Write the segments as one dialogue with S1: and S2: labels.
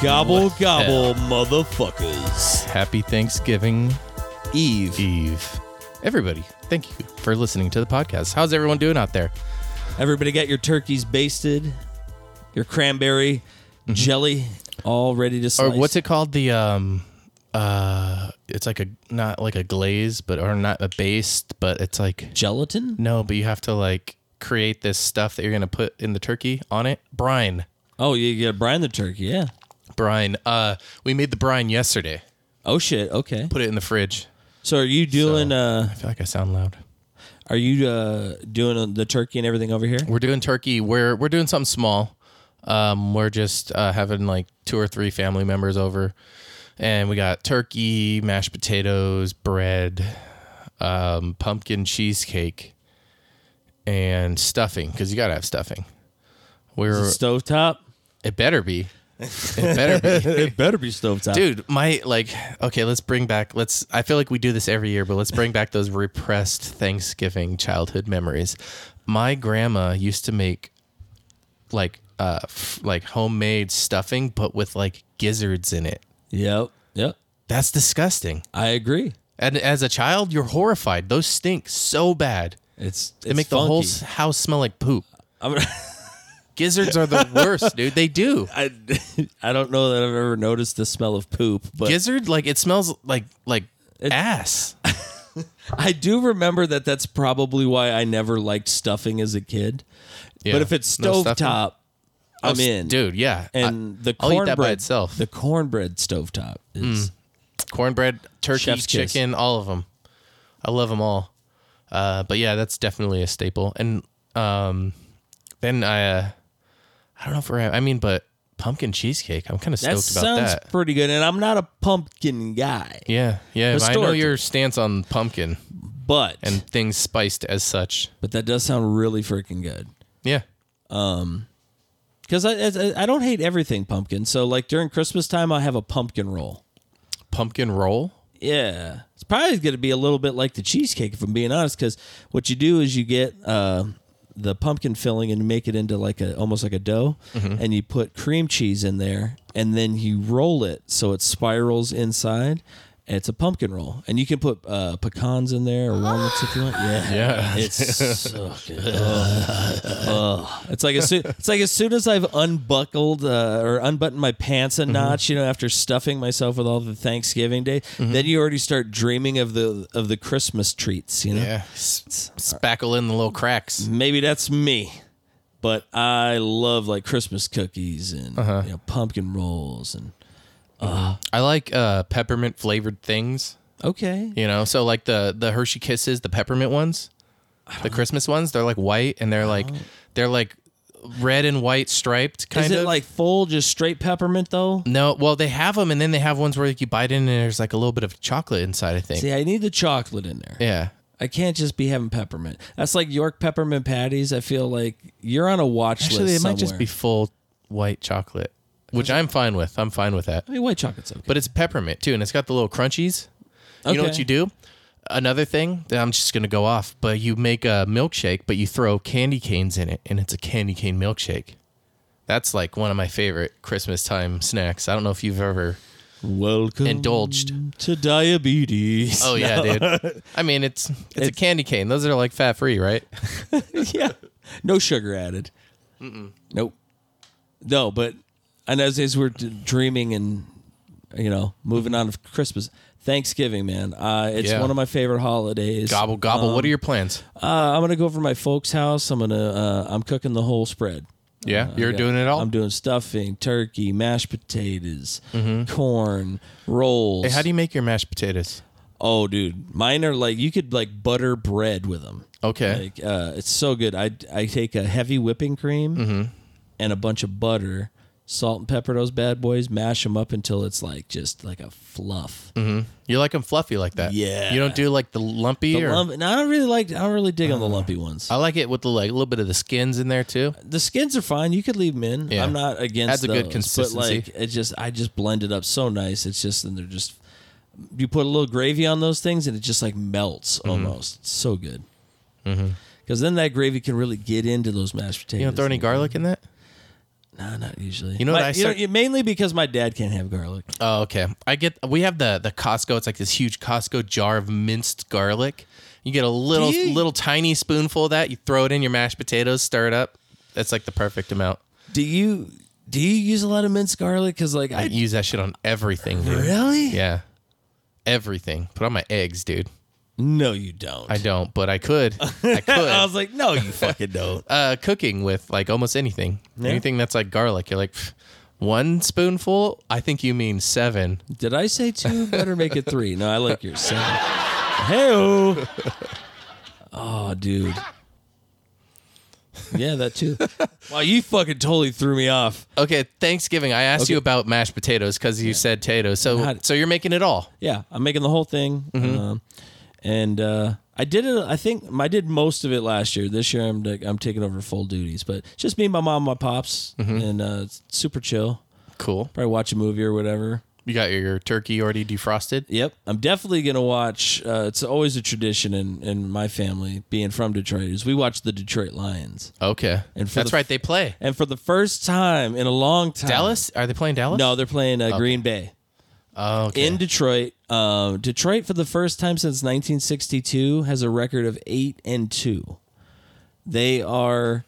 S1: Gobble, gobble, motherfuckers.
S2: Happy Thanksgiving
S1: Eve.
S2: Eve. Everybody, thank you for listening to the podcast. How's everyone doing out there?
S1: Everybody got your turkeys basted, your cranberry jelly all ready to
S2: Mm-hmm. Or
S1: slice.
S2: what's it called? The um uh it's like a not like a glaze, but or not a based, but it's like
S1: Gelatin?
S2: no, but you have to like create this stuff that you're gonna put in the turkey on it. Brine.
S1: Oh, you gotta brine the turkey, yeah.
S2: Brine. Uh we made the brine yesterday.
S1: Oh shit, okay.
S2: Put it in the fridge.
S1: So are you doing uh
S2: I feel like I sound loud.
S1: are you uh doing the turkey and everything over here?
S2: We're doing turkey. We're we're doing something small. Um, we're just uh, having like two or three family members over, and we got turkey, mashed potatoes, bread, um, pumpkin cheesecake, and stuffing because you gotta have stuffing. We're
S1: Stove top?
S2: it better be, it better be,
S1: It better be stove top.
S2: dude. My like, okay, let's bring back. Let's. I feel like we do this every year, but let's bring back those repressed Thanksgiving childhood memories. My grandma used to make like uh f- like homemade stuffing but with like gizzards in it
S1: Yep. Yep.
S2: that's disgusting
S1: I agree.
S2: and as a child you're horrified those stink so bad
S1: It's,
S2: they make the whole s- house smell like poop
S1: I'm,
S2: gizzards are the worst dude they do
S1: I I don't know that I've ever noticed the smell of poop, but
S2: gizzard like it smells like like ass
S1: I do remember that that's probably why I never liked stuffing as a kid. But if it's
S2: No stuffing?
S1: stovetop,
S2: Oh,
S1: I'm
S2: s-
S1: in.
S2: dude yeah
S1: and
S2: I-
S1: the
S2: I'll eat
S1: cornbread
S2: that by itself. Hmm,
S1: The cornbread stovetop is
S2: cornbread, turkey,
S1: Chef's kiss.
S2: chicken, all of them. I love them all. Uh, but yeah, that's definitely a staple. And um, then I, uh, I don't know if we're. I mean, but pumpkin cheesecake. I'm kind of
S1: that
S2: stoked about
S1: sounds
S2: that.
S1: pretty good. And I'm not a pumpkin guy,
S2: Yeah, yeah. I know
S1: Historically.
S2: your stance on pumpkin
S1: but
S2: and things spiced as such.
S1: but that does sound really freaking good.
S2: Yeah,
S1: Because I, I I don't hate everything pumpkin. So like during Christmas time, I have a pumpkin roll.
S2: pumpkin roll.
S1: Yeah. It's probably going to be a little bit like the cheesecake, if I'm being honest, because what you do is you get uh, the pumpkin filling and you make it into like a almost like a dough, and you put cream cheese in there, and then you roll it so it spirals inside. and It's a pumpkin roll, and you can put uh, pecans in there or walnuts if you want. Yeah,
S2: Yeah.
S1: it's so good. Ugh. Ugh. It's like as soon, it's like as soon as I've unbuckled uh, or unbuttoned my pants a
S2: Mm-hmm.
S1: notch, you know, after stuffing myself with all the Thanksgiving day,
S2: Mm-hmm.
S1: then you already start dreaming of the of the Christmas treats, you know.
S2: Yeah, S- spackle in the little cracks.
S1: Maybe that's me, but I love like Christmas cookies and
S2: Uh-huh.
S1: you know, pumpkin rolls and
S2: I like uh, peppermint flavored things.
S1: okay,
S2: You know, so like the the Hershey Kisses, the peppermint ones, the Christmas ones, they're like white and they're like they're like red and white striped kind
S1: is it
S2: of.
S1: like full just straight peppermint though?
S2: no, well they have them and then they have ones where like, you bite in and there's like a little bit of chocolate inside. I think.
S1: See, I need the chocolate in there.
S2: Yeah.
S1: I can't just be having peppermint. That's like York peppermint patties. I feel like you're on a watch
S2: Actually,
S1: list.
S2: it might just
S1: somewhere.
S2: be full white chocolate, which I'm fine with. I'm fine with that.
S1: I mean, white chocolate's okay.
S2: But it's peppermint too, and it's got the little crunchies. You know what
S1: Okay.
S2: you do? Another thing that I'm just gonna go off, but you make a milkshake, but you throw candy canes in it, and it's a candy cane milkshake. That's like one of my favorite Christmas time snacks. I don't know if you've ever
S1: Welcome
S2: indulged.
S1: to diabetes.
S2: Oh yeah, dude. I mean, it's it's, a candy cane. Those are like fat free, right?
S1: yeah. No sugar added. Nope. No, but and as as we're d- dreaming and you know moving on to Christmas, Thanksgiving, man, uh, it's
S2: Yeah.
S1: one of my favorite holidays.
S2: Gobble gobble. what are your plans?
S1: Um, Uh, I'm gonna go over to my folks' house. I'm gonna uh, I'm cooking the whole spread.
S2: Yeah, you're
S1: Yeah.
S2: doing it all.
S1: I'm doing stuffing, turkey, mashed potatoes, corn, rolls.
S2: Mm-hmm. Hey, how do you make your mashed potatoes?
S1: oh, dude, mine are like you could like butter bread with them.
S2: Okay.
S1: Like uh, it's so good. I I take a heavy whipping cream
S2: Mm-hmm.
S1: and a bunch of butter, salt and pepper those bad boys, mash them up until it's like just like a fluff.
S2: Mm-hmm. you like them fluffy like that?
S1: Yeah.
S2: You don't do like the lumpy or.
S1: Lump- and I don't really like. I don't really dig
S2: Uh,
S1: on the lumpy ones.
S2: I like it with the like a little bit of the skins in there too.
S1: the skins are fine. You could leave them in.
S2: Yeah.
S1: I'm not against.
S2: Adds a good
S1: those,
S2: consistency.
S1: But like, it just I just blend it up so nice. It's just and they're just you put a little gravy on those things and it just like melts almost. It's so good. Mm-hmm. Because then that gravy can really get into those mashed potatoes.
S2: You don't throw any garlic in that?
S1: No, not usually.
S2: You know
S1: My-
S2: what I
S1: you
S2: start-
S1: know, mainly because my dad can't have garlic.
S2: Oh, okay. I get. We have the the Costco. It's like this huge Costco jar of minced garlic. You get a little
S1: Do you-
S2: little tiny spoonful of that. You throw it in your mashed potatoes. Stir it up. That's like the perfect amount.
S1: Do you do you use a lot of minced garlic? Because like
S2: I
S1: I
S2: use that shit on everything. Dude.
S1: really
S2: Yeah. Everything. Put on my eggs, dude.
S1: no, you don't.
S2: I don't, but I could. I
S1: I
S2: could.
S1: was like, no, you fucking don't.
S2: uh, cooking with like almost anything. Anything that's like garlic. You're like "Pff, one spoonful. I think you mean seven.
S1: Did I say two? Better make it three. No, I like your seven. Hey, oh, dude. Yeah, that too. Wow, you fucking totally threw me off.
S2: Okay, Thanksgiving. I asked
S1: Okay.
S2: you about mashed potatoes because you said potatoes. So
S1: Not-
S2: so you're making it all.
S1: Yeah, I'm making the whole thing, um, and uh, I did it. I think I did most of it last year. This year, I'm like, I'm taking over full duties, but just me, my mom, my pops, and uh, it's super chill.
S2: Cool.
S1: Probably watch a movie or whatever.
S2: You got your, your turkey already defrosted.
S1: Yep, I'm definitely gonna watch. Uh, it's always a tradition in in my family, being from Detroit, is we watch the Detroit Lions,
S2: Okay.
S1: And for
S2: that's
S1: the-
S2: right. They play
S1: and for the first time in a long time,
S2: Dallas. Are they playing Dallas?
S1: No, they're playing uh, Green Bay
S2: Oh, okay.
S1: in Detroit. Um, Detroit for the first time since 1962 has a record of eight and two. They are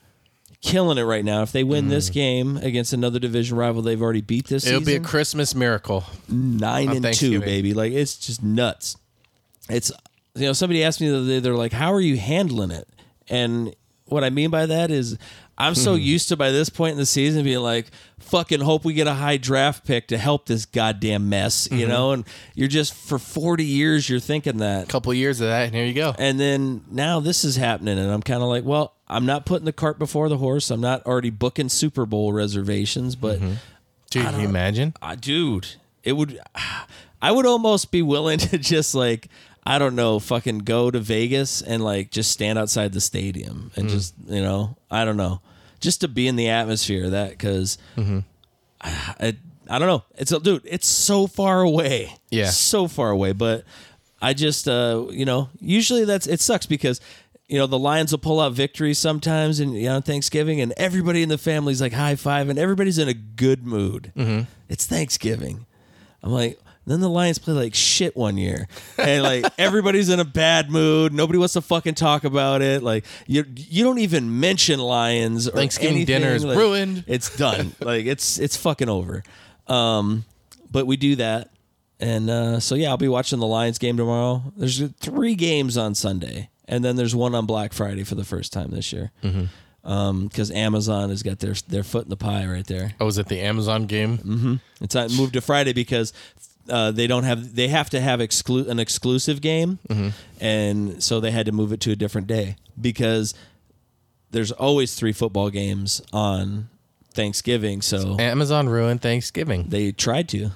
S1: killing it right now. If they win this game against another division rival, they've already beat this.
S2: Mm. It'll be a
S1: season.
S2: Christmas miracle.
S1: 9 and 2
S2: Thanksgiving.
S1: baby like it's just nuts it's you know somebody asked me the other day they're like how are you handling it and what i mean by that is i'm so used to by this point in the season being like fucking hope we get a high draft pick to help this goddamn mess you know and you're just for 40 years you're thinking that
S2: couple years of that, and here you go.
S1: and then now this is happening and i'm kind of like well i'm not putting the cart before the horse i'm not already booking super bowl reservations but
S2: Dude, can you imagine?
S1: uh, dude, it would. I would almost be willing to just like I don't know, fucking go to Vegas and like just stand outside the stadium and just you know I don't know, just to be in the atmosphere of that because I, I don't know. It's a dude. It's so far away.
S2: Yeah.
S1: so far away. But I just uh you know usually that's it sucks because. You know the Lions will pull out victories sometimes, and you know, on Thanksgiving, and everybody in the family's like high five, and everybody's in a good mood. It's Thanksgiving. I'm like, then the Lions play like shit one year, and like everybody's in a bad mood. Nobody wants to fucking talk about it. Like you, you don't even mention Lions. Or
S2: Thanksgiving
S1: anything.
S2: dinner is
S1: Like,
S2: ruined.
S1: It's done. like it's it's fucking over. Um, but we do that, and uh, so yeah, I'll be watching the Lions game tomorrow. There's three games on Sunday, and then there's one on Black Friday for the first time this year. Mm-hmm. Because Amazon has got their their foot in the pie right there.
S2: I was at Oh, the Amazon game.
S1: It's not moved to Friday because uh, they don't have they have to have exclu- an exclusive game,
S2: Mm-hmm.
S1: and so they had to move it to a different day because there's always three football games on Thanksgiving. So
S2: Amazon ruined Thanksgiving.
S1: they tried to,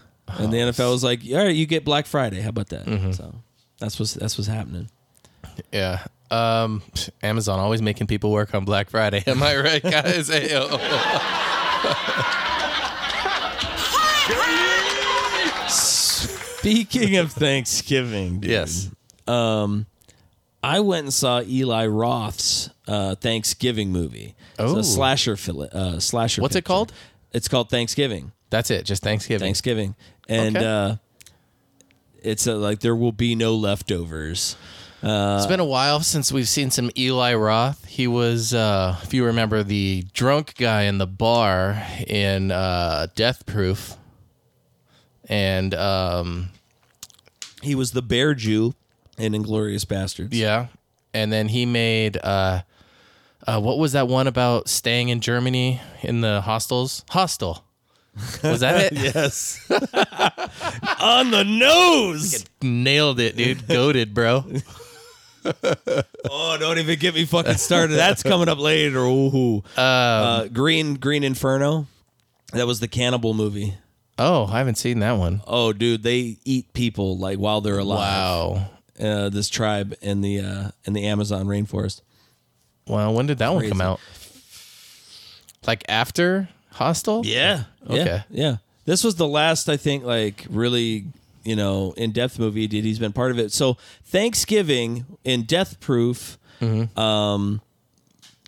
S2: Oh.
S1: and the NFL was like, "All right, you get Black Friday. How about that?"
S2: Mm-hmm.
S1: So that's what's that's what's happening.
S2: Yeah. Um, pff, Amazon always making people work on Black Friday. Am I right, guys? oh, Ayo.
S1: Speaking of Thanksgiving, dude,
S2: yes.
S1: I went and saw Eli Roth's uh, Thanksgiving movie.
S2: Oh.
S1: it's a slasher fil- uh, slasher.
S2: What's it
S1: picture.
S2: called?
S1: It's called Thanksgiving.
S2: That's it. Just Thanksgiving.
S1: Thanksgiving, and
S2: Okay.
S1: uh, it's uh like there will be no leftovers.
S2: It's been a while since we've seen some Eli Roth. He was, uh, if you remember, the drunk guy in the bar in uh, Death Proof, and um,
S1: He was the bear Jew in Inglorious Bastards.
S2: yeah, and then he made uh, uh, what was that one about staying in Germany in the hostels? Hostel. Was that it?
S1: Yes, on the nose.
S2: Nailed it, dude. Goaded, bro.
S1: Oh, don't even get me fucking started. That's coming up later.
S2: Um,
S1: Ooh, uh, Green Green Inferno. That was the cannibal movie.
S2: Oh, I haven't seen that one.
S1: Oh, dude, they eat people like while they're alive.
S2: Wow.
S1: Uh, this tribe in the uh, in the Amazon rainforest.
S2: Wow. When did that one come
S1: Crazy.
S2: out? Like after Hostel?
S1: Yeah. Yeah.
S2: Okay.
S1: Yeah. This was the last, I think, like really, you know, in depth movie he did. He's been part of
S2: Mm-hmm.
S1: it. So Thanksgiving in Death Proof, um,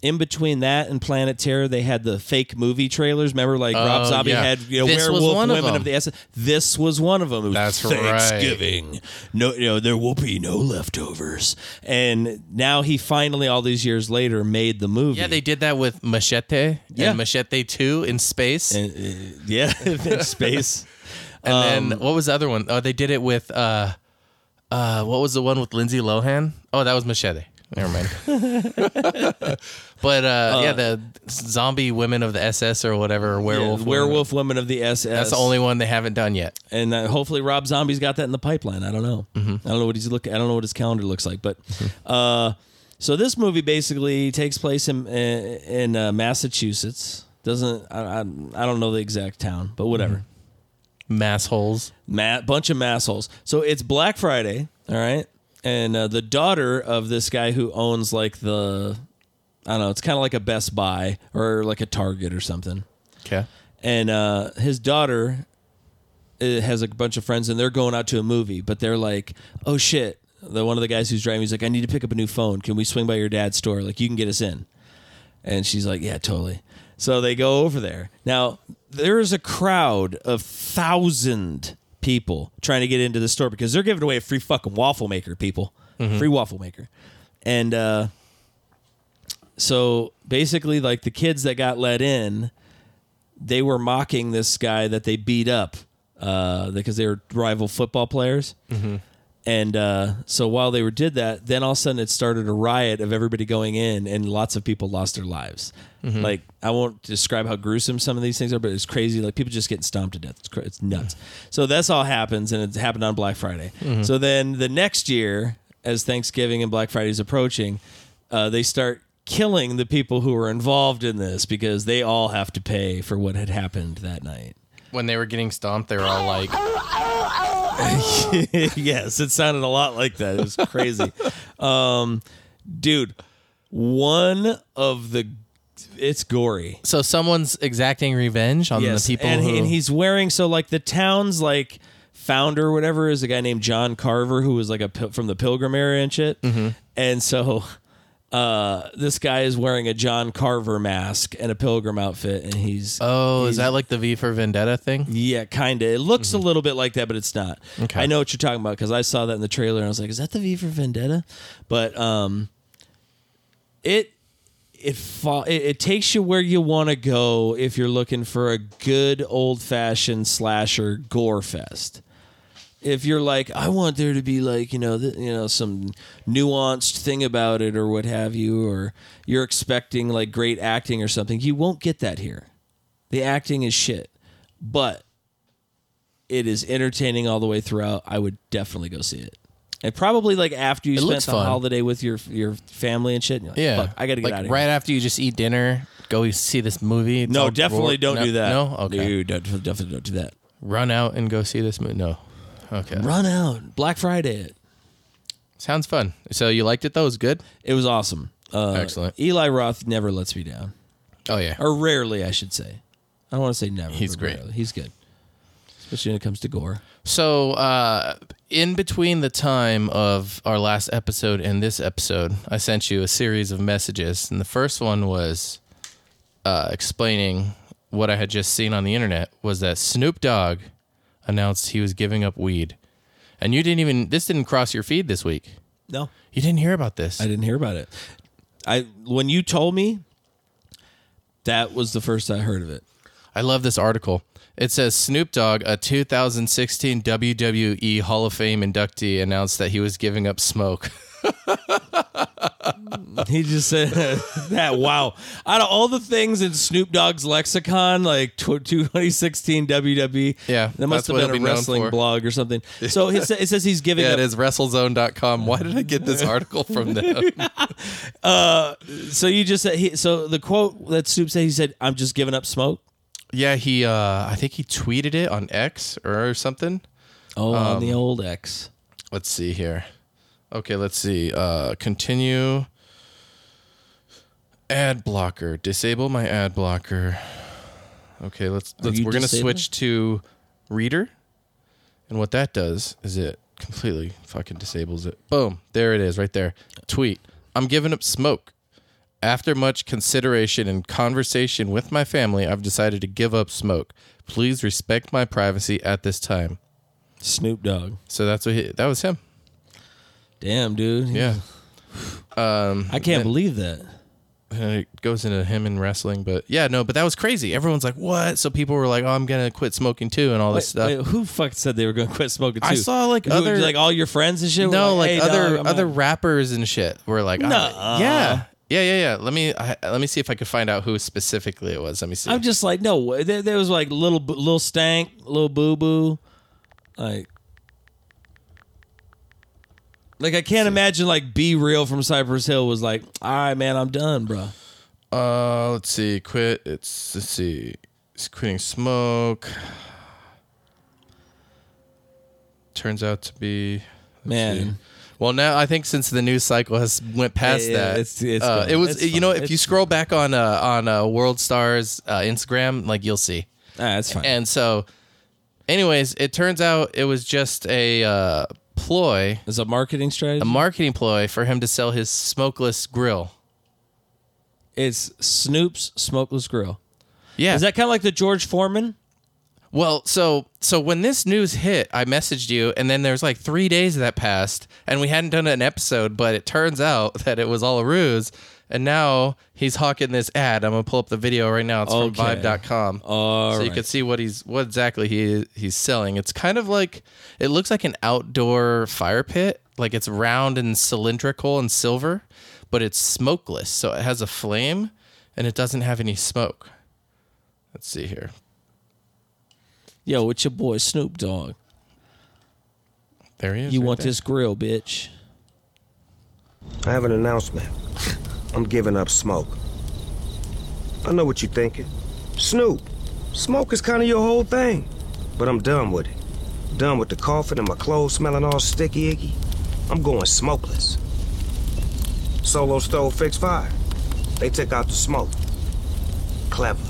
S1: in between that and Planet Terror, they had the fake movie trailers. Remember, like Rob
S2: Oh,
S1: Zombie
S2: yeah.
S1: had you know,
S2: This was
S1: werewolf
S2: one of
S1: women
S2: them.
S1: of the S. This was one of them. It was
S2: That's right.
S1: Thanksgiving. No, you know there will be no leftovers. And now he finally, all these years later, made the movie.
S2: Yeah, they did that with Machete
S1: Yeah.
S2: and Machete 2 in space. And,
S1: And, uh, yeah, in space. um,
S2: then what was the other one? Oh, they did it with uh uh what was the one with Lindsay Lohan? Oh, that was Machete. Never mind. but uh, yeah, the zombie women of the SS or whatever, or werewolf.
S1: Werewolf,
S2: women.
S1: werewolf women of the SS.
S2: That's the only one they haven't done yet.
S1: and uh, hopefully Rob Zombie's got that in the pipeline. I don't know.
S2: Mm-hmm.
S1: I don't know what he's look. I don't know what his calendar looks like, but uh, so this movie basically takes place in in uh, Massachusetts. Doesn't I, I? I don't know the exact town, but whatever.
S2: Mass holes.
S1: Ma- bunch of massholes. So it's Black Friday, all right, and uh, the daughter of this guy who owns like the, I don't know, it's kind of like a Best Buy or like a Target or something
S2: Okay.
S1: and uh, his daughter uh, has a bunch of friends and they're going out to a movie but they're like oh shit the one of the guys who's driving he's like i need to pick up a new phone can we swing by your dad's store like you can get us in and she's like yeah totally so they go over there now there is a crowd of thousand people trying to get into the store because they're giving away a free fucking waffle maker people free waffle maker and uh so basically like the kids that got let in they were mocking this guy that they beat up uh, because they were rival football players. And uh, so while they were did that, then all of a sudden it started a riot of everybody going in, and lots of people lost their lives. Like I won't describe how gruesome some of these things are, but it's crazy. Like people just getting stomped to death. It's, cra- it's nuts. So that's all happens, and it happened on Black Friday. So then the next year, as Thanksgiving and Black Friday is approaching, uh, they start killing the people who were involved in this because they all have to pay for what had happened that night.
S2: When they were getting stomped, they were all like,
S1: yes, it sounded a lot like that. It was crazy. um, dude, one of the it's gory.
S2: so someone's exacting revenge on the people
S1: and,
S2: who.
S1: and he's wearing so like the town's like founder or whatever is a guy named John Carver who was like a pil- from the Pilgrim area and shit.
S2: Mm-hmm.
S1: And so uh this guy is wearing a John Carver mask and a pilgrim outfit and he's
S2: oh, is that like the V for Vendetta thing?
S1: yeah, kind of. It looks a little bit like that, but it's not.
S2: Okay.
S1: I know what you're talking about because I saw that in the trailer and I was like, "Is that the V for Vendetta?" But um, it it fo- it, it takes you where you want to go if you're looking for a good old fashioned slasher gore fest. If you're like, I want there to be like you know th- you know some nuanced thing about it or what have you, or you're expecting like great acting or something, you won't get that here. The acting is shit, but it is entertaining all the way throughout. I would definitely go see it. And probably like after you spent
S2: looks
S1: the
S2: fun.
S1: holiday with your your family and shit. And you're like,
S2: Yeah,
S1: Fuck, I gotta get
S2: like
S1: out of
S2: right
S1: here.
S2: after you just eat dinner. Go see this movie. It's
S1: No,
S2: all
S1: definitely
S2: gore-
S1: don't
S2: no-
S1: do that.
S2: No, okay.
S1: Dude, don't, definitely don't do that.
S2: Run out and go see this movie. No, okay.
S1: Run out. Black Friday. It,
S2: Sounds fun. So you liked it though? It was good.
S1: it was awesome. Uh,
S2: Excellent.
S1: Eli Roth never lets me down,
S2: Oh yeah.
S1: or rarely, I should say. I don't want to say never.
S2: He's
S1: but
S2: great.
S1: rarely. He's good, especially when it comes to gore.
S2: So uh, in between the time of our last episode and this episode, I sent you a series of messages, and the first one was uh, explaining what I had just seen on the internet was that Snoop Dogg announced he was giving up weed, and you didn't even this didn't cross your feed this week.
S1: No,
S2: You didn't hear about this.
S1: I didn't hear about it. I when you told me, that was the first I heard of it.
S2: I love this article. It says Snoop Dogg, a 2016 WWE E Hall of Fame inductee, announced that he was giving up smoke.
S1: He just said that. Wow. Out of all the things in Snoop Dogg's lexicon, like tw- 2016 WWE,
S2: Yeah,
S1: E, that
S2: that's
S1: must have
S2: what
S1: been
S2: he'll
S1: a
S2: be known
S1: wrestling
S2: for.
S1: blog or something. So it, sa- it says he's giving
S2: Yeah,
S1: up.
S2: it is WrestleZone.com. Why did I get this article from them?
S1: So you just said he. So the quote that Snoop said, he said, "I'm just giving up smoke."
S2: yeah, he. Uh, I think he tweeted it on X or something.
S1: Oh, on
S2: Um,
S1: the old X.
S2: Let's see here. Okay, let's see. Uh, continue. Ad blocker. Disable my ad blocker. Okay, let's. let's
S1: you
S2: we're gonna
S1: disabled?
S2: switch to reader, and what that does is it completely fucking disables it. Boom. There it is, right there. Tweet. I'm giving up smoke. After much consideration and conversation with my family, I've decided to give up smoke. Please respect my privacy at this time.
S1: Snoop Dogg.
S2: So that's what he, that was him.
S1: Damn, dude.
S2: Yeah. Um,
S1: I can't believe that.
S2: and it goes into him and wrestling, but yeah, no, but that was crazy. Everyone's like, "What?" So people were like, "Oh, I'm gonna quit smoking too," and all this stuff.
S1: Wait, who fuck said they were going to quit smoking too?
S2: I saw, like,
S1: Who-
S2: other-
S1: like all your friends and shit. were
S2: No, like,
S1: "Hey,
S2: other
S1: dog, I'm
S2: other
S1: out."
S2: rappers and shit were like, "Oh,
S1: Nuh-uh.
S2: yeah, yeah, yeah, yeah." Let me I, let me see if I could find out who specifically it was. Let me see.
S1: I'm just like no. way. There, there was like little B- little stank, little boo boo, like. Like I can't imagine like be real from Cypress Hill was like, all right, man, I'm done, bro.
S2: Uh, let's see. Quit. It's let's see. It's quitting smoke. Turns out to be let's
S1: Man.
S2: see. Well, now I think since the news cycle has went past
S1: Yeah, yeah,
S2: that,
S1: it's- it's
S2: uh,
S1: gone.
S2: it was
S1: It's
S2: you know
S1: fine.
S2: if you
S1: It's
S2: scroll back on uh, on uh, World Stars uh, Instagram, like you'll see.
S1: Ah, that's fine.
S2: And so, anyways, it turns out it was just a uh, ploy,
S1: It's a marketing strategy.
S2: a marketing ploy for him to sell his smokeless grill.
S1: it's Snoop's Smokeless Grill.
S2: Yeah,
S1: Is that kind of like the George Foreman?
S2: Well, so so when this news hit, I messaged you, and then there's like three days that passed, and we hadn't done an episode, but it turns out that it was all a ruse, and now he's hawking this ad. I'm gonna pull up the video right now. It's
S1: Okay.
S2: from Vibe.com, so you can see what he's what exactly he he's selling. It's kind of like it looks like an outdoor fire pit, like it's round and cylindrical and silver, but it's smokeless, so it has a flame, and it doesn't have any smoke. Let's see here.
S1: Yo, it's your boy Snoop Dogg.
S2: There he is.
S1: You
S2: right
S1: want
S2: there.
S1: this grill, bitch?
S3: I have an announcement. I'm giving up smoke. I know what you're thinking. Snoop, smoke is kind of your whole thing. But I'm done with it. Done with the coughing and my clothes smelling all sticky icky. I'm going smokeless. Solo stole fixed fire. They took out the smoke. Clever.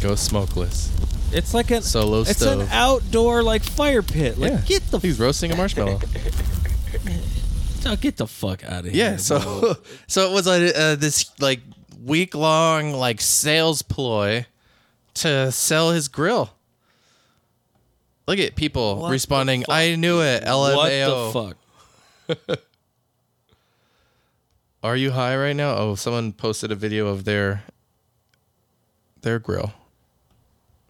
S2: Go smokeless.
S1: It's like an
S2: Solo
S1: It's
S2: stove.
S1: an outdoor like fire pit. Like
S2: yeah.
S1: get the
S2: He's roasting a marshmallow.
S1: f- get the fuck out of here.
S2: yeah. So so it was like uh, this like week long like sales ploy to sell his grill. Look at people
S1: What the
S2: responding. I knew it.
S1: what
S2: LMAO.
S1: the fuck?
S2: Are you high right now? Oh, someone posted a video of their their grill.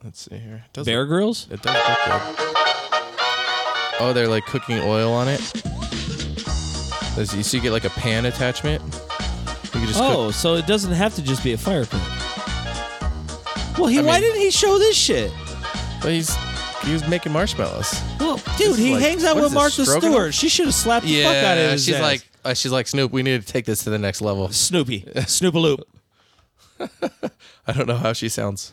S2: Let's see here. It doesn't,
S1: Bear grills?
S2: it doesn't look good. Oh, they're like cooking oil on it. There's, you see, you get like a pan attachment. You can just cook
S1: Oh, so it doesn't have to just be a fire pit. Well, he
S2: I
S1: why
S2: mean-
S1: didn't he show this shit?
S2: But he's he was making marshmallows.
S1: Well,
S2: is
S1: dude, he
S2: like-
S1: hangs out
S2: what
S1: with
S2: is
S1: Martha
S2: this, stroganoff?
S1: Stewart. She should have slapped the fuck out of his
S2: she's
S1: ass.
S2: like uh, she's like Snoop. We need to take this to the next level.
S1: Snoopy, Snoopaloop,
S2: I don't know how she sounds,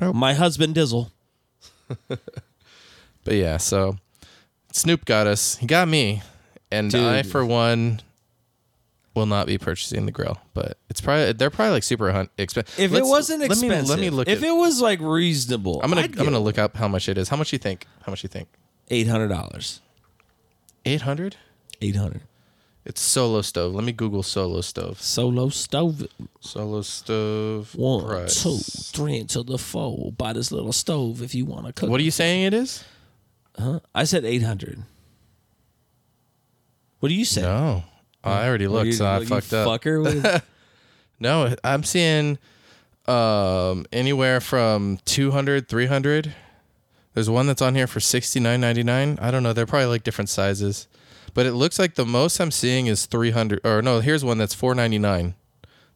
S1: my husband Dizzle.
S2: but yeah. So Snoop got us. He got me, and I
S1: Dude.
S2: for one will not be purchasing the grill. But it's probably they're probably like super hun- expensive.
S1: If it wasn't expensive,
S2: let me let me look.
S1: If
S2: at,
S1: it was like reasonable,
S2: I'm gonna
S1: I'd
S2: I'm gonna look up how much it is. How much you think? How much you think?
S1: eight hundred dollars.
S2: Eight hundred.
S1: Eight hundred
S2: It's solo stove. Let me Google solo stove.
S1: solo stove.
S2: Solo stove.
S1: One,
S2: price.
S1: two, three, and to the four. Buy this little stove if you want to cook.
S2: What are you saying it is?
S1: I said eight hundred. What do you say?
S2: No. Oh, I already
S1: What do
S2: looked,
S1: you-
S2: so I
S1: you
S2: fucked up.
S1: Fucker. What is-
S2: No, I'm seeing um, anywhere from 200, 300. There's one that's on here for 69.99. I don't know, they're probably like different sizes. But it looks like the most I'm seeing is 300 or no, here's one that's 4.99.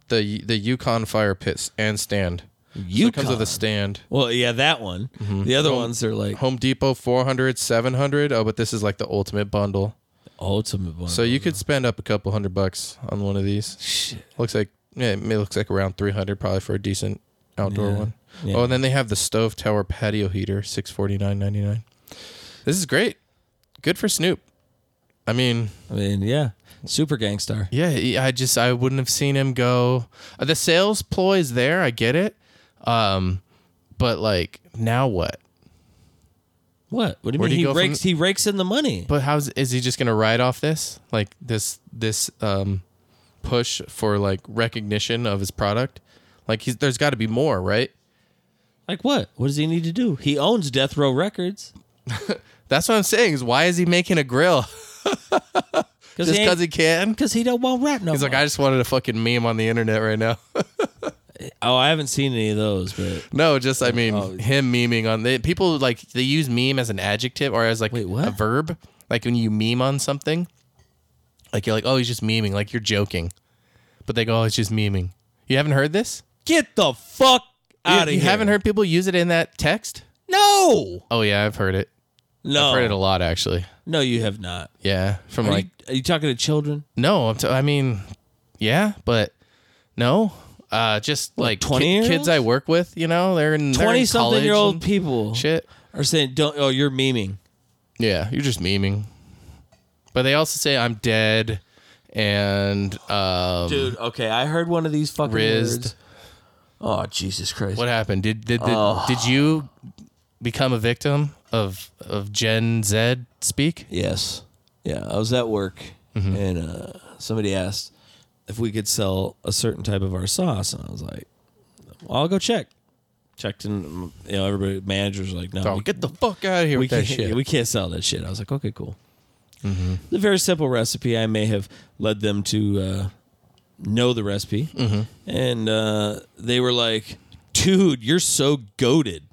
S2: The the Yukon fire pits and stand. So it comes with
S1: Yukon.
S2: a stand.
S1: well, yeah, that one.
S2: Mm-hmm.
S1: The other ones are like
S2: Home Depot 400, 700. Oh, but this is like the ultimate bundle.
S1: ultimate one.
S2: So you could spend up a couple hundred bucks on one of these.
S1: Shit.
S2: Looks like yeah, it looks like around three hundred probably for a decent outdoor
S1: Yeah.
S2: one.
S1: Yeah.
S2: Oh, and then they have the stove tower patio heater, six forty nine ninety nine. This is great. Good for Snoop. I mean,
S1: I mean, yeah, super gangstar.
S2: yeah, he- I just I wouldn't have seen him go. Uh, The sales ploy is there. I get it. Um, but like now what?
S1: What? What do you
S2: Where
S1: mean?
S2: do you
S1: he
S2: go from-
S1: rakes. he rakes in the money.
S2: But how's is he just gonna ride off this like this this um push for like recognition of his product? Like he's, there's got to be more, right?
S1: Like what? What does he need to do? He owns Death Row Records.
S2: That's what I'm saying. Is why is he making a grill? Just
S1: ain't-
S2: because he can?
S1: Because he don't want rap no
S2: He's
S1: more.
S2: like, I just wanted a fucking meme on the internet right now.
S1: oh, I haven't seen any of those, but
S2: no, just I mean
S1: Oh.
S2: him memeing on the people like they use meme as an adjective or as like
S1: Wait, what?
S2: a verb. Like when you meme on something, like you're like, oh, he's just memeing, like you're joking, but they go, oh, it's just memeing. You haven't heard this?
S1: get the fuck out of
S2: you
S1: here.
S2: you haven't heard people use it in that text?
S1: No,
S2: Oh yeah, I've heard it. I've heard it a
S1: no,
S2: lot actually.
S1: no. You have not.
S2: Yeah, from
S1: Are,
S2: like
S1: you, are you talking to children?
S2: No, I'm t- I mean, yeah, but no. Uh, just like
S1: 20
S2: ki- kids I work with, you know, they're in they're in
S1: Twenty something year
S2: college
S1: old
S2: and
S1: people
S2: shit.
S1: are saying, "Don't." Oh, you're memeing.
S2: Yeah, you're just memeing. But they also say I'm dead and um,
S1: Dude, okay, I heard one of these fucking
S2: rizzed.
S1: words. Oh, Jesus Christ.
S2: What happened? Did did did, did you become a victim of of Gen Z speak?
S1: Yes. Yeah, I was at work
S2: Mm-hmm.
S1: and uh, somebody asked if we could sell a certain type of our sauce, and I was like, well, "I'll go check." Checked, and you know, everybody managers were like, "No,
S2: Oh,
S1: we,
S2: get the fuck out of here
S1: we
S2: with that
S1: can't,
S2: shit. Mm-hmm.
S1: we can't sell that shit." I was like, "Okay, cool." It's a very simple recipe. I may have led them to uh, know the recipe,
S2: Mm-hmm.
S1: and uh, they were like, "Dude, you're so goaded."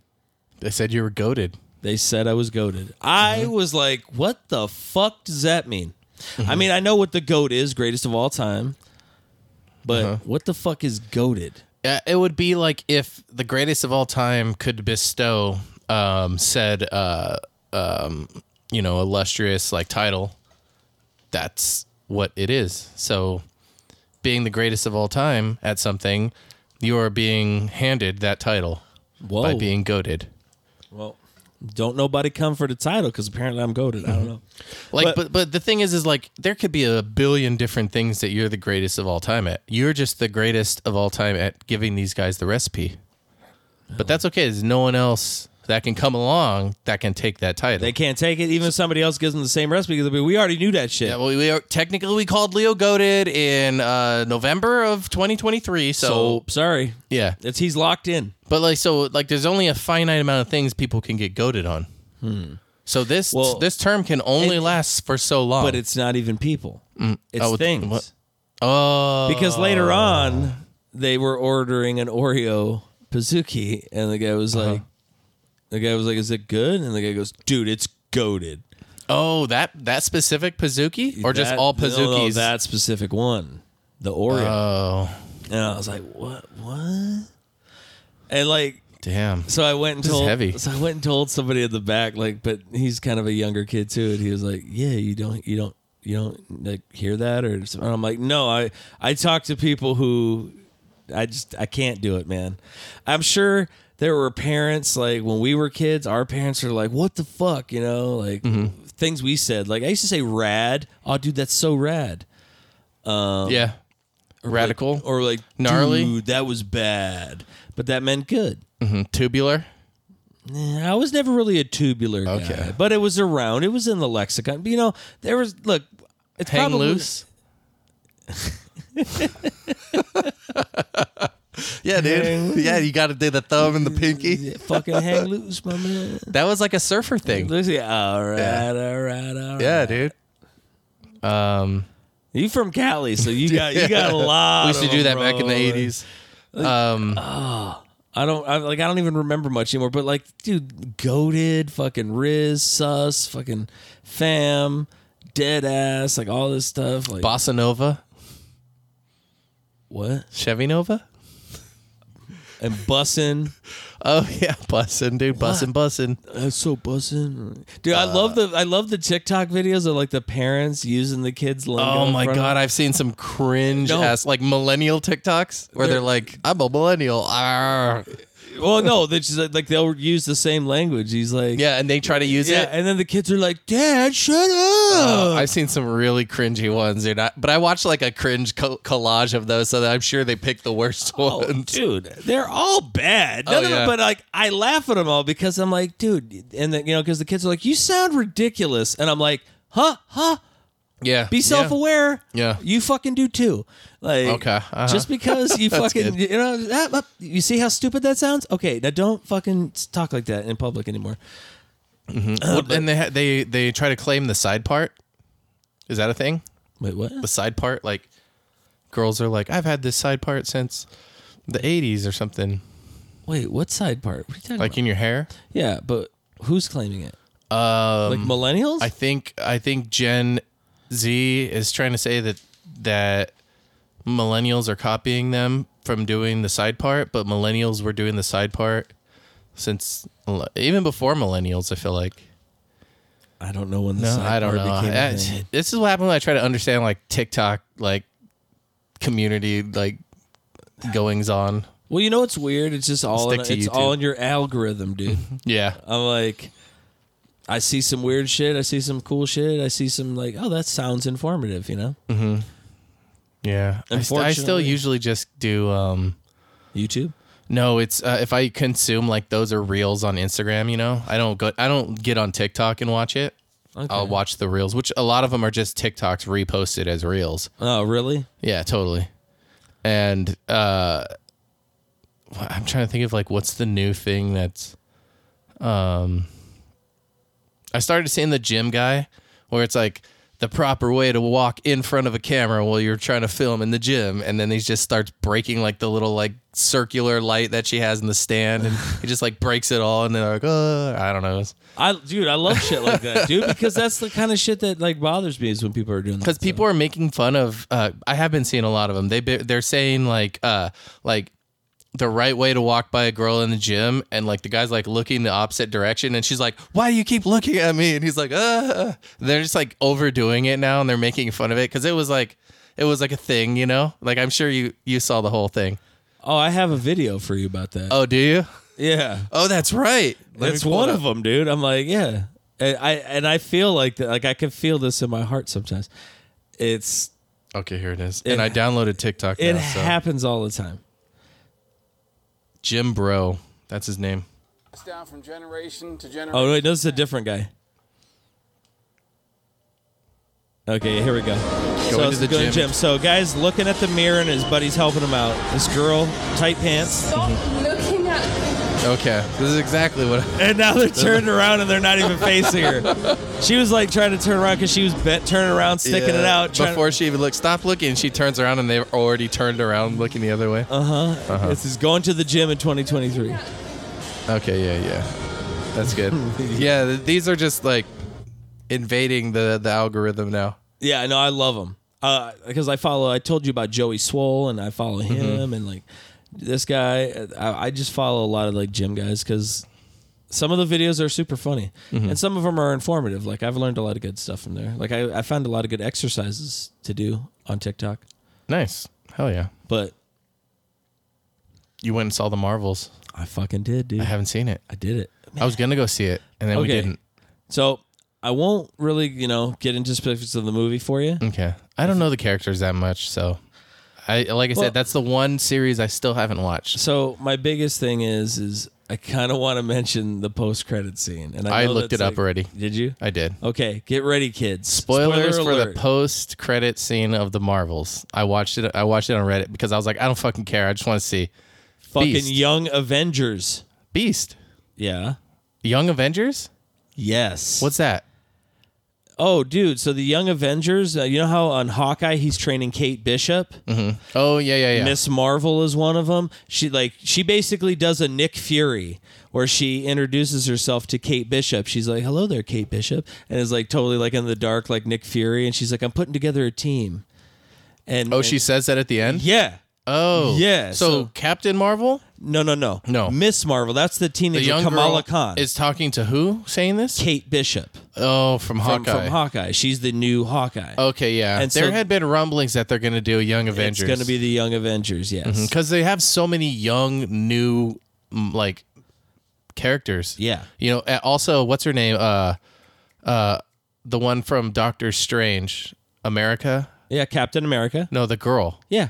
S2: they said you were goaded.
S1: They said I was goaded. I
S2: Mm-hmm.
S1: was like, what the fuck does that mean? I
S2: Mm-hmm.
S1: mean, I know what the goat is, greatest of all time. But
S2: Uh-huh.
S1: what the fuck is goaded?
S2: Uh, it would be like if the greatest of all time could bestow um, said, uh, um, you know, illustrious like title. That's what it is. So, being the greatest of all time at something, you are being handed that title
S1: Whoa.
S2: by being goaded.
S1: well, don't nobody come for the title because apparently I'm goaded. I
S2: Mm-hmm.
S1: don't know.
S2: Like,
S1: But-
S2: but, but the thing is, is like there could be a billion different things that you're the greatest of all time at. You're just the greatest of all time at giving these guys the recipe. But that's okay. There's no one else that can come along that can take that title.
S1: They can't take it. Even if somebody else gives them the same recipe, 'cause they'll be, we already knew that shit.
S2: yeah, well, we are technically we called Leo goaded in uh, November of 2023. So,
S1: so, sorry.
S2: yeah,
S1: It's, he's locked in.
S2: but like so like there's only a finite amount of things people can get goaded on. So this
S1: Hmm. Well,
S2: this term can only
S1: and-
S2: last for so long.
S1: But it's not even people, it's
S2: oh, it-
S1: things.
S2: what? oh
S1: Because later on, they were ordering an Oreo Pazuki, and the guy was
S2: Uh-huh.
S1: like, "The guy was like, is it good?" And the guy goes, "Dude, it's goaded."
S2: Oh, that that specific Pazuki, or just
S1: That-
S2: all
S1: no, no,
S2: Pazukis?
S1: that specific one, the Oreo.
S2: oh,
S1: and I was like, "What? What?" And like,
S2: damn.
S1: so I went and
S2: is
S1: told.
S2: heavy.
S1: So I went and told somebody at the back, like, but he's kind of a younger kid too, and he was like, "Yeah, you don't, you don't, you don't like hear that," or something. and I'm like, "No, I I talk to people who I just I can't do it, man. I'm sure there were parents like when we were kids, our parents were like, "What the fuck," you know, like
S2: Mm-hmm.
S1: things we said. Like I used to say "rad," oh, dude, that's so rad.
S2: yeah. Radical
S1: like, or like
S2: Gnarly?
S1: "Dude, that was bad, but that meant good.
S2: or tubular.
S1: I was never really a tubular guy,
S2: Okay.
S1: but it was around. It was in the lexicon. You know, there was look. It's
S2: Hang
S1: probably,
S2: loose. yeah, dude. Yeah, you got to do the thumb and the pinky.
S1: Fucking hang loose, my man.
S2: That was like a surfer thing.
S1: Loose, yeah, All right, all right, all right.
S2: Yeah, dude. Um,
S1: You from Cali, so you got you got a lot.
S2: we used to
S1: of
S2: do that
S1: them
S2: back in the
S1: rolling.
S2: eighties.
S1: I don't I, like. I don't even remember much anymore. But like, dude, goaded, fucking Riz, sus, fucking fam, dead ass, like all this stuff. Like
S2: Bossa Nova,
S1: what?
S2: Chevy Nova.
S1: And bussin'.
S2: Oh yeah, bussin', dude, bussin', bussin'.
S1: That's so buzzing, dude. I love
S2: Uh,
S1: the I love the TikTok videos of like the parents using the kids' lingo.
S2: Oh
S1: in
S2: my
S1: front of-
S2: god, I've seen some cringe
S1: No.
S2: ass like millennial TikToks where they're,
S1: They're-
S2: like, "I'm a millennial." Arr.
S1: Well, no, they just like they'll use the same language. He's like,
S2: Yeah, and they try to use
S1: yeah,
S2: it.
S1: and then the kids are like, Dad, shut up.
S2: Uh, I've seen some really cringy ones, dude. I, but I watched like a cringe co- collage of those, so that I'm sure they picked the worst
S1: Oh,
S2: ones.
S1: dude, they're all bad. None
S2: Oh,
S1: of them,
S2: yeah.
S1: but like I laugh at them all because I'm like, dude, and then you know, because the kids are like, you sound ridiculous, and I'm like, huh, huh,
S2: Yeah.
S1: Be self aware.
S2: Yeah.
S1: You fucking do too. Like
S2: Okay, uh-huh.
S1: just because you fucking
S2: good.
S1: you know that, that- you see how stupid that sounds? Okay, now don't fucking talk like that in public anymore.
S2: and they ha- they they try to claim the side part. Is that a thing?
S1: Wait, what?
S2: The side part, like girls are like, I've had this side part since the '80s or something,
S1: Wait, what side part? What are you talking
S2: like in your hair.
S1: about? Yeah, but who's claiming it?
S2: Um,
S1: Like millennials?
S2: I think I think Gen Z is trying to say that that millennials are copying them from doing the side part, but millennials were doing the side part since even before millennials. I feel like
S1: I don't know when the side
S2: I don't know.
S1: part became a
S2: I-
S1: thing.
S2: this is what happened when I try to understand like TikTok like community like goings on.
S1: Well, you know what's weird? It's just all in,
S2: Stick to
S1: it's
S2: YouTube. Mm-hmm.
S1: all in your algorithm, dude.
S2: Yeah,
S1: I'm like, I see some weird shit. I see some cool shit. I see some like, oh, that sounds informative. You know,
S2: Mm. yeah. I, st- I still
S1: Unfortunately-
S2: usually just do. um
S1: YouTube.
S2: No, it's uh, if I consume like those are reels on Instagram. You know, I don't go. I don't get on TikTok and watch it.
S1: Okay.
S2: I'll watch the reels, which a lot of them are just TikToks reposted as reels.
S1: Oh, really?
S2: Yeah, totally. And uh, wha- I'm trying to think of like what's the new thing that's. Um, I started seeing the gym guy, where it's like the proper way to walk in front of a camera while you're trying to film in the gym, and then he just starts breaking like the little like circular light that she has in the stand, and he just like breaks it all, and they're like, oh, I don't know. It's-
S1: I dude, I love shit like that, dude, because that's the kind of shit that like bothers me is when people are doing that.
S2: because people are making fun of. Uh, I have been seeing a lot of them. They be- they're saying like uh, like the right way to walk by a girl in the gym, and like the guy's like looking the opposite direction, and she's like, "Why do you keep looking at me?" And he's like, "Uh." They're just like overdoing it now, and they're making fun of it because it was like it was like a thing, you know. Like I'm sure you you saw the whole thing.
S1: Oh, I have a video for you about that.
S2: Oh, do you?
S1: yeah,
S2: Oh, that's right. Let me
S1: that's
S2: pull it
S1: one
S2: up.
S1: of them, dude. I'm like, yeah, and I and I feel like that. Like I can feel this in my heart sometimes. It's
S2: Okay, here it is.
S1: It-
S2: and I downloaded TikTok.
S1: it
S2: now, so.
S1: happens all the time.
S2: Jim Bro, that's his name.
S4: passed down from generation to generation.
S1: Oh no, this is a different guy. Okay, here we go. so
S2: into
S1: it's
S2: the
S1: going
S2: gym.
S1: So guys looking at the mirror and his buddy's helping him out. This girl, tight pants,
S5: Stop looking at
S2: Okay, this is exactly what.
S1: and now they're turned around and they're not even facing her. She was like trying to turn around because she was bent, turning around, sticking it
S2: Yeah.
S1: out. trying-
S2: before she even looks. Stop looking. She turns around and they've already turned around, looking the other way.
S1: Uh-huh.
S2: Uh-huh.
S1: this is going to the gym in 2023.
S2: okay, yeah, yeah, that's good. yeah, th- these are just like invading the the algorithm now.
S1: Yeah, no, I love him because I follow. I told you about Joey Swole, and I follow
S2: Mm-hmm.
S1: him, and like this guy. I, I just follow a lot of like gym guys because some of the videos are super funny,
S2: Mm-hmm.
S1: and some of them are informative. Like I've learned a lot of good stuff from there. Like I, I found a lot of good exercises to do on TikTok,
S2: Nice. Hell yeah.
S1: but
S2: You went and saw the Marvels.
S1: I fucking did, dude.
S2: I
S1: I,
S2: haven't seen it.
S1: did it.
S2: I was gonna go see it, and then we
S1: Okay.
S2: didn't.
S1: So I won't really, you know, get into specifics of the movie for you.
S2: Okay. I don't know the characters that much, so I like I
S1: Well-
S2: said, that's the one series I still haven't watched.
S1: So my biggest thing is, is I kind of want to mention the post credit scene, and I,
S2: I
S1: know
S2: looked
S1: that's,
S2: it up
S1: like-
S2: already.
S1: Did you?
S2: I did.
S1: Okay, get ready, kids.
S2: Spoilers
S1: Spoiler
S2: for the
S1: alert.
S2: post credit scene of the Marvels. I watched it. I watched it on Reddit because I was like, I don't fucking care. I just want to see
S1: fucking
S2: Beast.
S1: young Avengers.
S2: Beast,
S1: Yeah.
S2: Young Avengers.
S1: Yes.
S2: What's that?
S1: Oh, dude. So the young Avengers. Uh, you know how on Hawkeye he's training Kate Bishop.
S2: Oh yeah, yeah, yeah.
S1: Miss Marvel is one of them. She like she basically does a Nick Fury where she introduces herself to Kate Bishop. She's like, "Hello there, Kate Bishop," and is like totally like in the dark, like Nick Fury, and she's like, "I'm putting together a team." And
S2: oh,
S1: and-
S2: she says that at the end.
S1: yeah.
S2: Oh
S1: Yeah,
S2: So,
S1: so-
S2: Captain Marvel,
S1: No, no, no,
S2: No.
S1: Miss Marvel. That's the
S2: the
S1: teenager
S2: young
S1: Kamala
S2: girl,
S1: Khan.
S2: is talking to who? Saying this?
S1: Kate Bishop.
S2: Oh, from
S1: from,
S2: Hawkeye. Oh,
S1: from Hawkeye. She's the new Hawkeye.
S2: Okay, yeah.
S1: And
S2: there
S1: so-
S2: had been rumblings that they're going to do a Young
S1: it's
S2: Avengers. Mm-hmm.
S1: going to be the Young Avengers. Yes.
S2: because they have so many young, new, mm, like characters.
S1: Yeah.
S2: You know, and also what's her name? Uh, uh, the one from Doctor Strange, America.
S1: Yeah. Captain America.
S2: No, the girl,
S1: Yeah.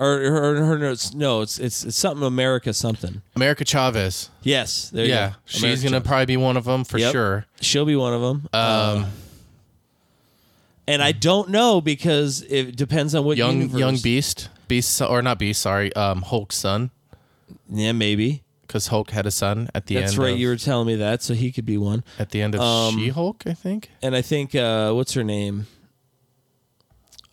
S1: Or her, her, her notes. No, it's, it's it's something America something.
S2: America Chavez.
S1: Yes. There you
S2: yeah,
S1: go.
S2: she's
S1: America
S2: gonna
S1: Chavez.
S2: probably be one of them for
S1: Yep.
S2: sure.
S1: She'll be one of them. Um. And I don't know because it depends on what
S2: Young
S1: universe.
S2: Young Beast, Beast or not Beast? Sorry, um, Hulk's son,
S1: Yeah, maybe.
S2: because Hulk had a son at the
S1: That's
S2: end.
S1: right.
S2: of-
S1: you were telling me that, so he could be one.
S2: at the end of
S1: Um,
S2: She-Hulk, I think.
S1: And I think uh, what's her name?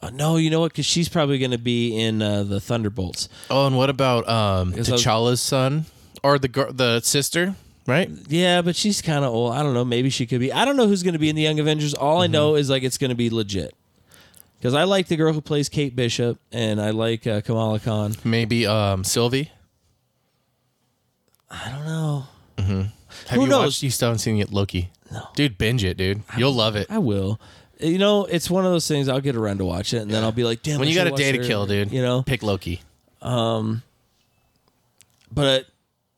S1: Uh, no, you know what? Because she's probably going to be in uh, the Thunderbolts.
S2: Oh, and what about um,
S1: Because I was-
S2: T'Challa's son or the gir- the sister? Right?
S1: Yeah, but she's kind of old. I don't know. Maybe she could be. I don't know who's going to be in the Young Avengers. All
S2: Mm-hmm.
S1: I know is like it's going to be legit. Because I like the girl who plays Kate Bishop, and I like uh, Kamala Khan.
S2: Maybe um, Sylvie.
S1: I don't know.
S2: Have
S1: Who
S2: you
S1: knows?
S2: watched? You still haven't seen it, Loki.
S1: No.
S2: dude, binge it, dude. You'll love it.
S1: I will. You know, it's one of those things. I'll get around to watch it, and then I'll be like, "Damn!"
S2: When
S1: I
S2: you
S1: should
S2: got a
S1: watch
S2: day to
S1: it
S2: kill,
S1: earlier,
S2: dude,
S1: You know,
S2: pick Loki.
S1: but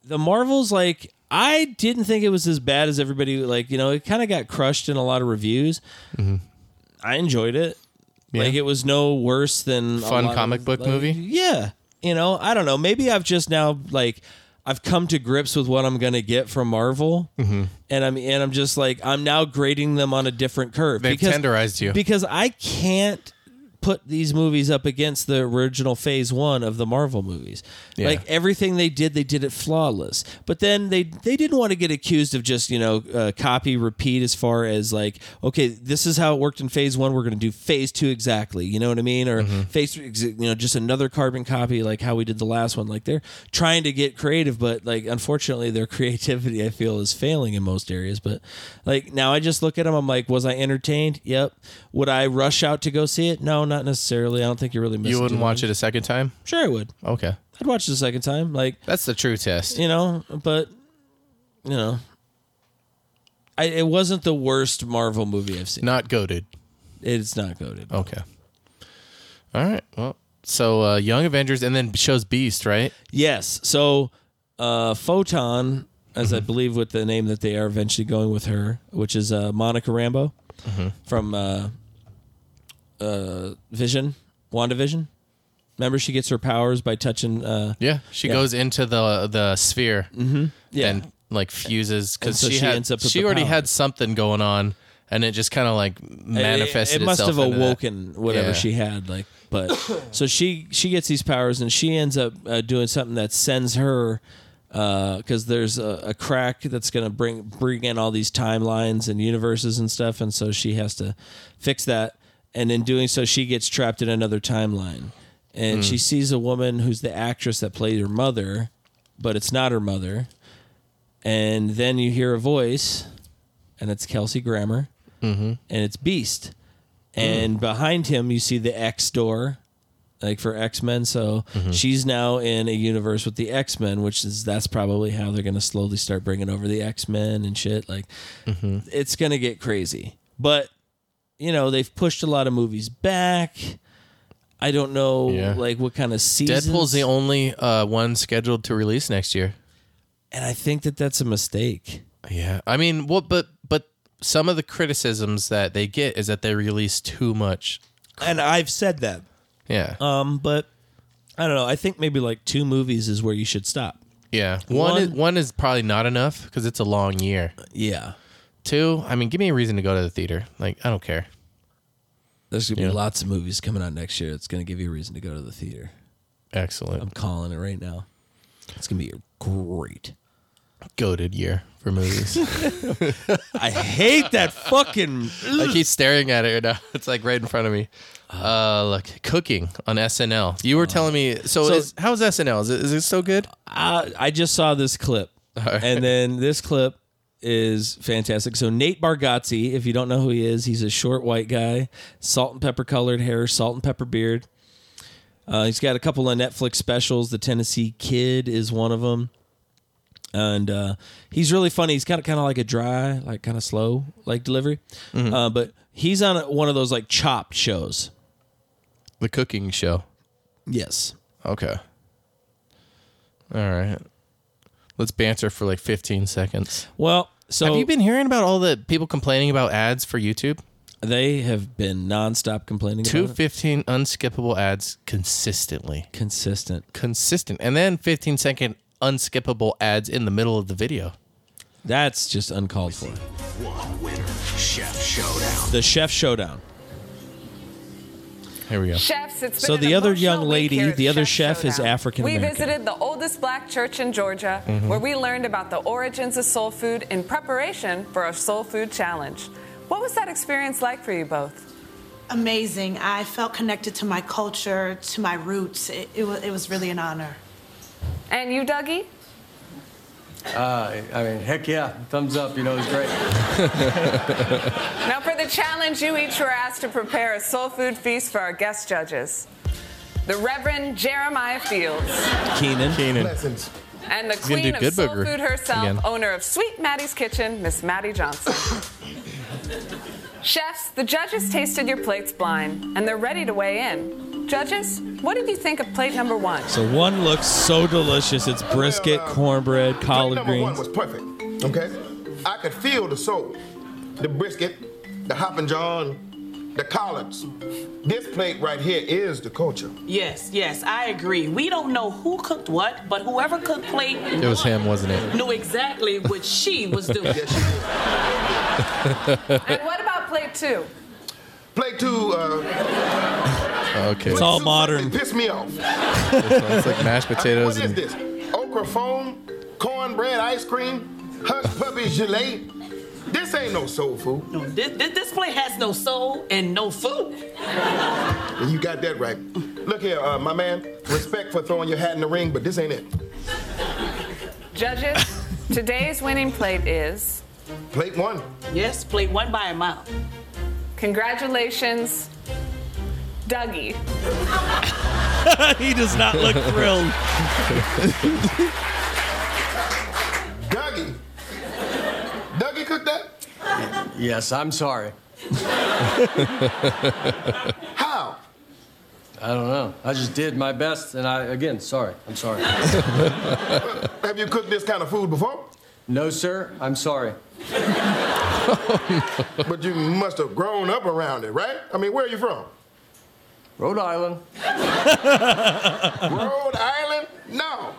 S1: the Marvels, like, I didn't think it was as bad as everybody. Like, you know, it kind of got crushed in a lot of reviews. I enjoyed it.
S2: Mm-hmm. Yeah.
S1: Like, it was no worse than a
S2: Fun
S1: lot
S2: comic
S1: of,
S2: book
S1: like,
S2: movie?
S1: Yeah, you know, I don't know. Maybe I've just now like I've come to grips with what I'm gonna get from Marvel,
S2: Mm-hmm.
S1: and I'm and I'm just like I'm now grading them on a different curve.
S2: They've tenderized you.
S1: because I can't put these movies up against the original phase one of the Marvel movies.
S2: Yeah.
S1: Like everything they did, they did it flawless. But then they they didn't want to get accused of just you know uh, copy repeat as far as like okay this is how it worked in phase one we're going to do phase two exactly you know what I mean or
S2: Mm-hmm.
S1: phase three ex- you know just another carbon copy like how we did the last one like they're trying to get creative but like unfortunately their creativity I feel is failing in most areas but like now I just look at them I'm like was I entertained yep would I rush out to go see it no not necessarily I don't think you're really missing
S2: You wouldn't
S1: too
S2: watch
S1: much.
S2: it a second time?
S1: sure I would
S2: Okay.
S1: I'd watch it a second time like
S2: That's the true test.
S1: you know but you know I, it wasn't the worst Marvel movie I've seen.
S2: Not goaded.
S1: It's not goaded.
S2: Okay. All right. Well, so uh, Young Avengers and then shows Beast, right?
S1: Yes. So, uh, Photon, as
S2: Mm-hmm.
S1: I believe with the name that they are eventually going with her, which is uh, Monica Rambo
S2: Mm-hmm.
S1: from uh, uh, Vision, WandaVision. Remember, she gets her powers by touching. Uh,
S2: Yeah. She
S1: Yeah. Mm-hmm.
S2: goes into the the sphere
S1: yeah.
S2: and like fuses because
S1: so
S2: she,
S1: she
S2: had,
S1: ends up with
S2: she
S1: the
S2: already
S1: power.
S2: had something going on, and it just kind of like
S1: It-
S2: manifested
S1: It, must
S2: itself
S1: have
S2: into that.
S1: awoken whatever
S2: Yeah.
S1: she had. Like, but so she she gets these powers and she ends up uh, doing something that sends her because there's a, a crack that's going to bring bring in all these timelines and universes and stuff, and so she has to fix that. And in doing so, she gets trapped in another timeline, and she sees a woman who's the actress that played her mother, but it's not her mother. And then you hear a voice, and it's Kelsey Grammer and it's Beast.
S2: Mm.
S1: And behind him, you see the X door, like for X Men. So
S2: Mm-hmm.
S1: she's now in a universe with the X Men, which is that's probably how they're going to slowly start bringing over the X Men and shit. Like,
S2: Mm-hmm.
S1: it's going to get crazy. But you know, they've pushed a lot of movies back. I don't know,
S2: Yeah.
S1: like what kind of seasons.
S2: Deadpool's the only uh, one scheduled to release next year.
S1: and I think that that's a mistake.
S2: Yeah. I mean, well, but but some of the criticisms that they get is that they release too much.
S1: And I've said that.
S2: Yeah.
S1: Um, but I don't know. I think maybe like two movies is where you should stop.
S2: Yeah, one
S1: One-
S2: is, one is probably not enough because it's a long year.
S1: Yeah.
S2: Two, I mean, give me a reason to go to the theater. Like, I don't care.
S1: There's gonna be lots of movies coming out next year. It's gonna give you a reason to go to the theater. I'm
S2: Excellent,
S1: calling it right now. It's gonna be great.
S2: goaded year for movies.
S1: I hate that fucking.
S2: I keep staring at it right now. It's like right in front of me. Uh, look, cooking on SNL. You were telling me. So,
S1: So-
S2: is, how's SNL? Is it, is it so good?
S1: I, I just saw this clip,
S2: right.
S1: and then this clip is fantastic. So Nate Bargatze, if you don't know who he is, he's a short white guy, salt and pepper colored hair, salt and pepper beard. Uh, he's got a couple of Netflix specials. The Tennessee Kid is one of them. and uh, he's really funny. He's kind of kind of like a dry, like kind of slow, like delivery. Uh, but he's on a- one of those like chopped shows.
S2: The cooking show.
S1: Yes.
S2: Okay. All right. Let's banter for like 15 seconds.
S1: Well, so
S2: Have you been hearing about all the people complaining about ads for YouTube?
S1: they have been nonstop complaining.
S2: Two
S1: about it.
S2: fifteen unskippable ads consistently.
S1: consistent.
S2: Consistent. And then 15 second unskippable ads in the middle of the video.
S1: That's just uncalled for.
S5: One winner, Chef Showdown.
S1: The Chef Showdown.
S2: Here we go.
S5: Chefs, it's been
S1: So
S5: an
S1: the other
S5: emotional
S1: young
S5: week
S1: lady,
S5: here at
S1: the other
S5: Chef
S1: chef is
S5: Showdown.
S1: African-American.
S5: We visited the oldest black church in Georgia,
S1: Mm-hmm.
S5: where we learned about the origins of soul food in preparation for our soul food challenge. What was that experience like for you both?
S6: Amazing. I felt connected to my culture, to my roots. It, it, was, it was really an honor.
S5: And you, Dougie?
S7: Uh, I mean, heck yeah, thumbs up. You know, it's great.
S5: Now, for the challenge, you each were asked to prepare a soul food feast for our guest judges the Reverend Jeremiah Fields
S1: Keenan.
S2: Keenan.
S8: Blessings.
S5: and the
S2: gonna
S5: queen
S2: do
S5: of
S2: good
S5: soul
S2: burger
S5: food herself,
S2: again.
S5: owner of Sweet Maddie's Kitchen, Miss Maddie Johnson. Chefs, the judges tasted your plates blind, and they're ready to weigh in. Judges, what did you think of plate number one?
S1: So one looks so delicious. It's brisket, cornbread,
S8: Plate
S1: collard
S8: number one
S1: greens.
S8: was perfect. Okay, I could feel the soul, the brisket, the hoppin' john, the collards. This plate right here is the culture.
S9: Yes, yes, I agree. We don't know who cooked what, but whoever cooked plate
S2: It was him, wasn't it?
S9: knew exactly what she was doing.
S5: And what about plate two?
S8: Plate two. Uh,
S2: Oh, Okay.
S1: It's all
S8: two
S1: modern.
S8: Pissed me off.
S2: It's like mashed potatoes
S8: what is
S2: and
S8: this? Okra foam, cornbread ice cream, hush puppy gelée. This ain't no soul food.
S9: This, this, this plate has no soul and no food.
S8: And you got that right. Look here, uh, my man. Respect for throwing your hat in the ring, but this ain't it.
S5: Judges, today's winning plate is
S8: Plate one.
S9: Yes, plate one by a mile.
S5: congratulations, Dougie.
S1: he does not look thrilled.
S8: Dougie. Dougie cooked that?
S7: Yes, I'm sorry.
S8: How?
S7: I don't know. I just did my best, and I again, sorry. I'm sorry.
S8: Have you cooked this kind of food before?
S7: No, sir. I'm sorry.
S8: but you must have grown up around it, right? I mean, where are you from?
S7: Rhode Island.
S8: Rhode Island? No.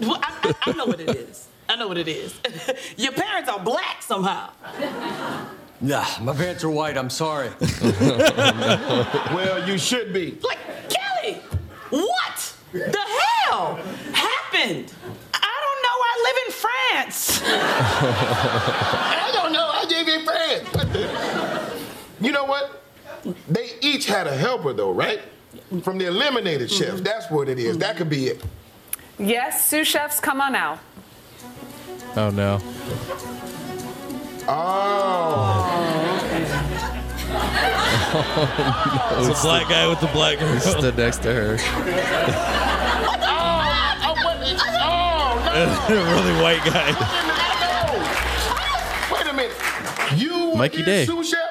S9: Well, I, I, I know what it is. I know what it is. Your parents are black somehow.
S7: Nah, my parents are white. I'm sorry.
S8: Well, you should be.
S9: Like, Kelly, what the hell happened? I don't know. I live in France.
S8: I don't know. I just ain't friends. you know what? They each had a helper, though, right? From the eliminated chefs. That's what it is. That could be it.
S5: Yes, sous chefs, come on out.
S2: oh no.
S8: Oh.
S1: It's the black guy with the black girl.
S2: Stood next to her.
S1: really white guy.
S8: Wait a minute. You were
S2: Mikey
S8: his
S2: Day.
S8: sous chef?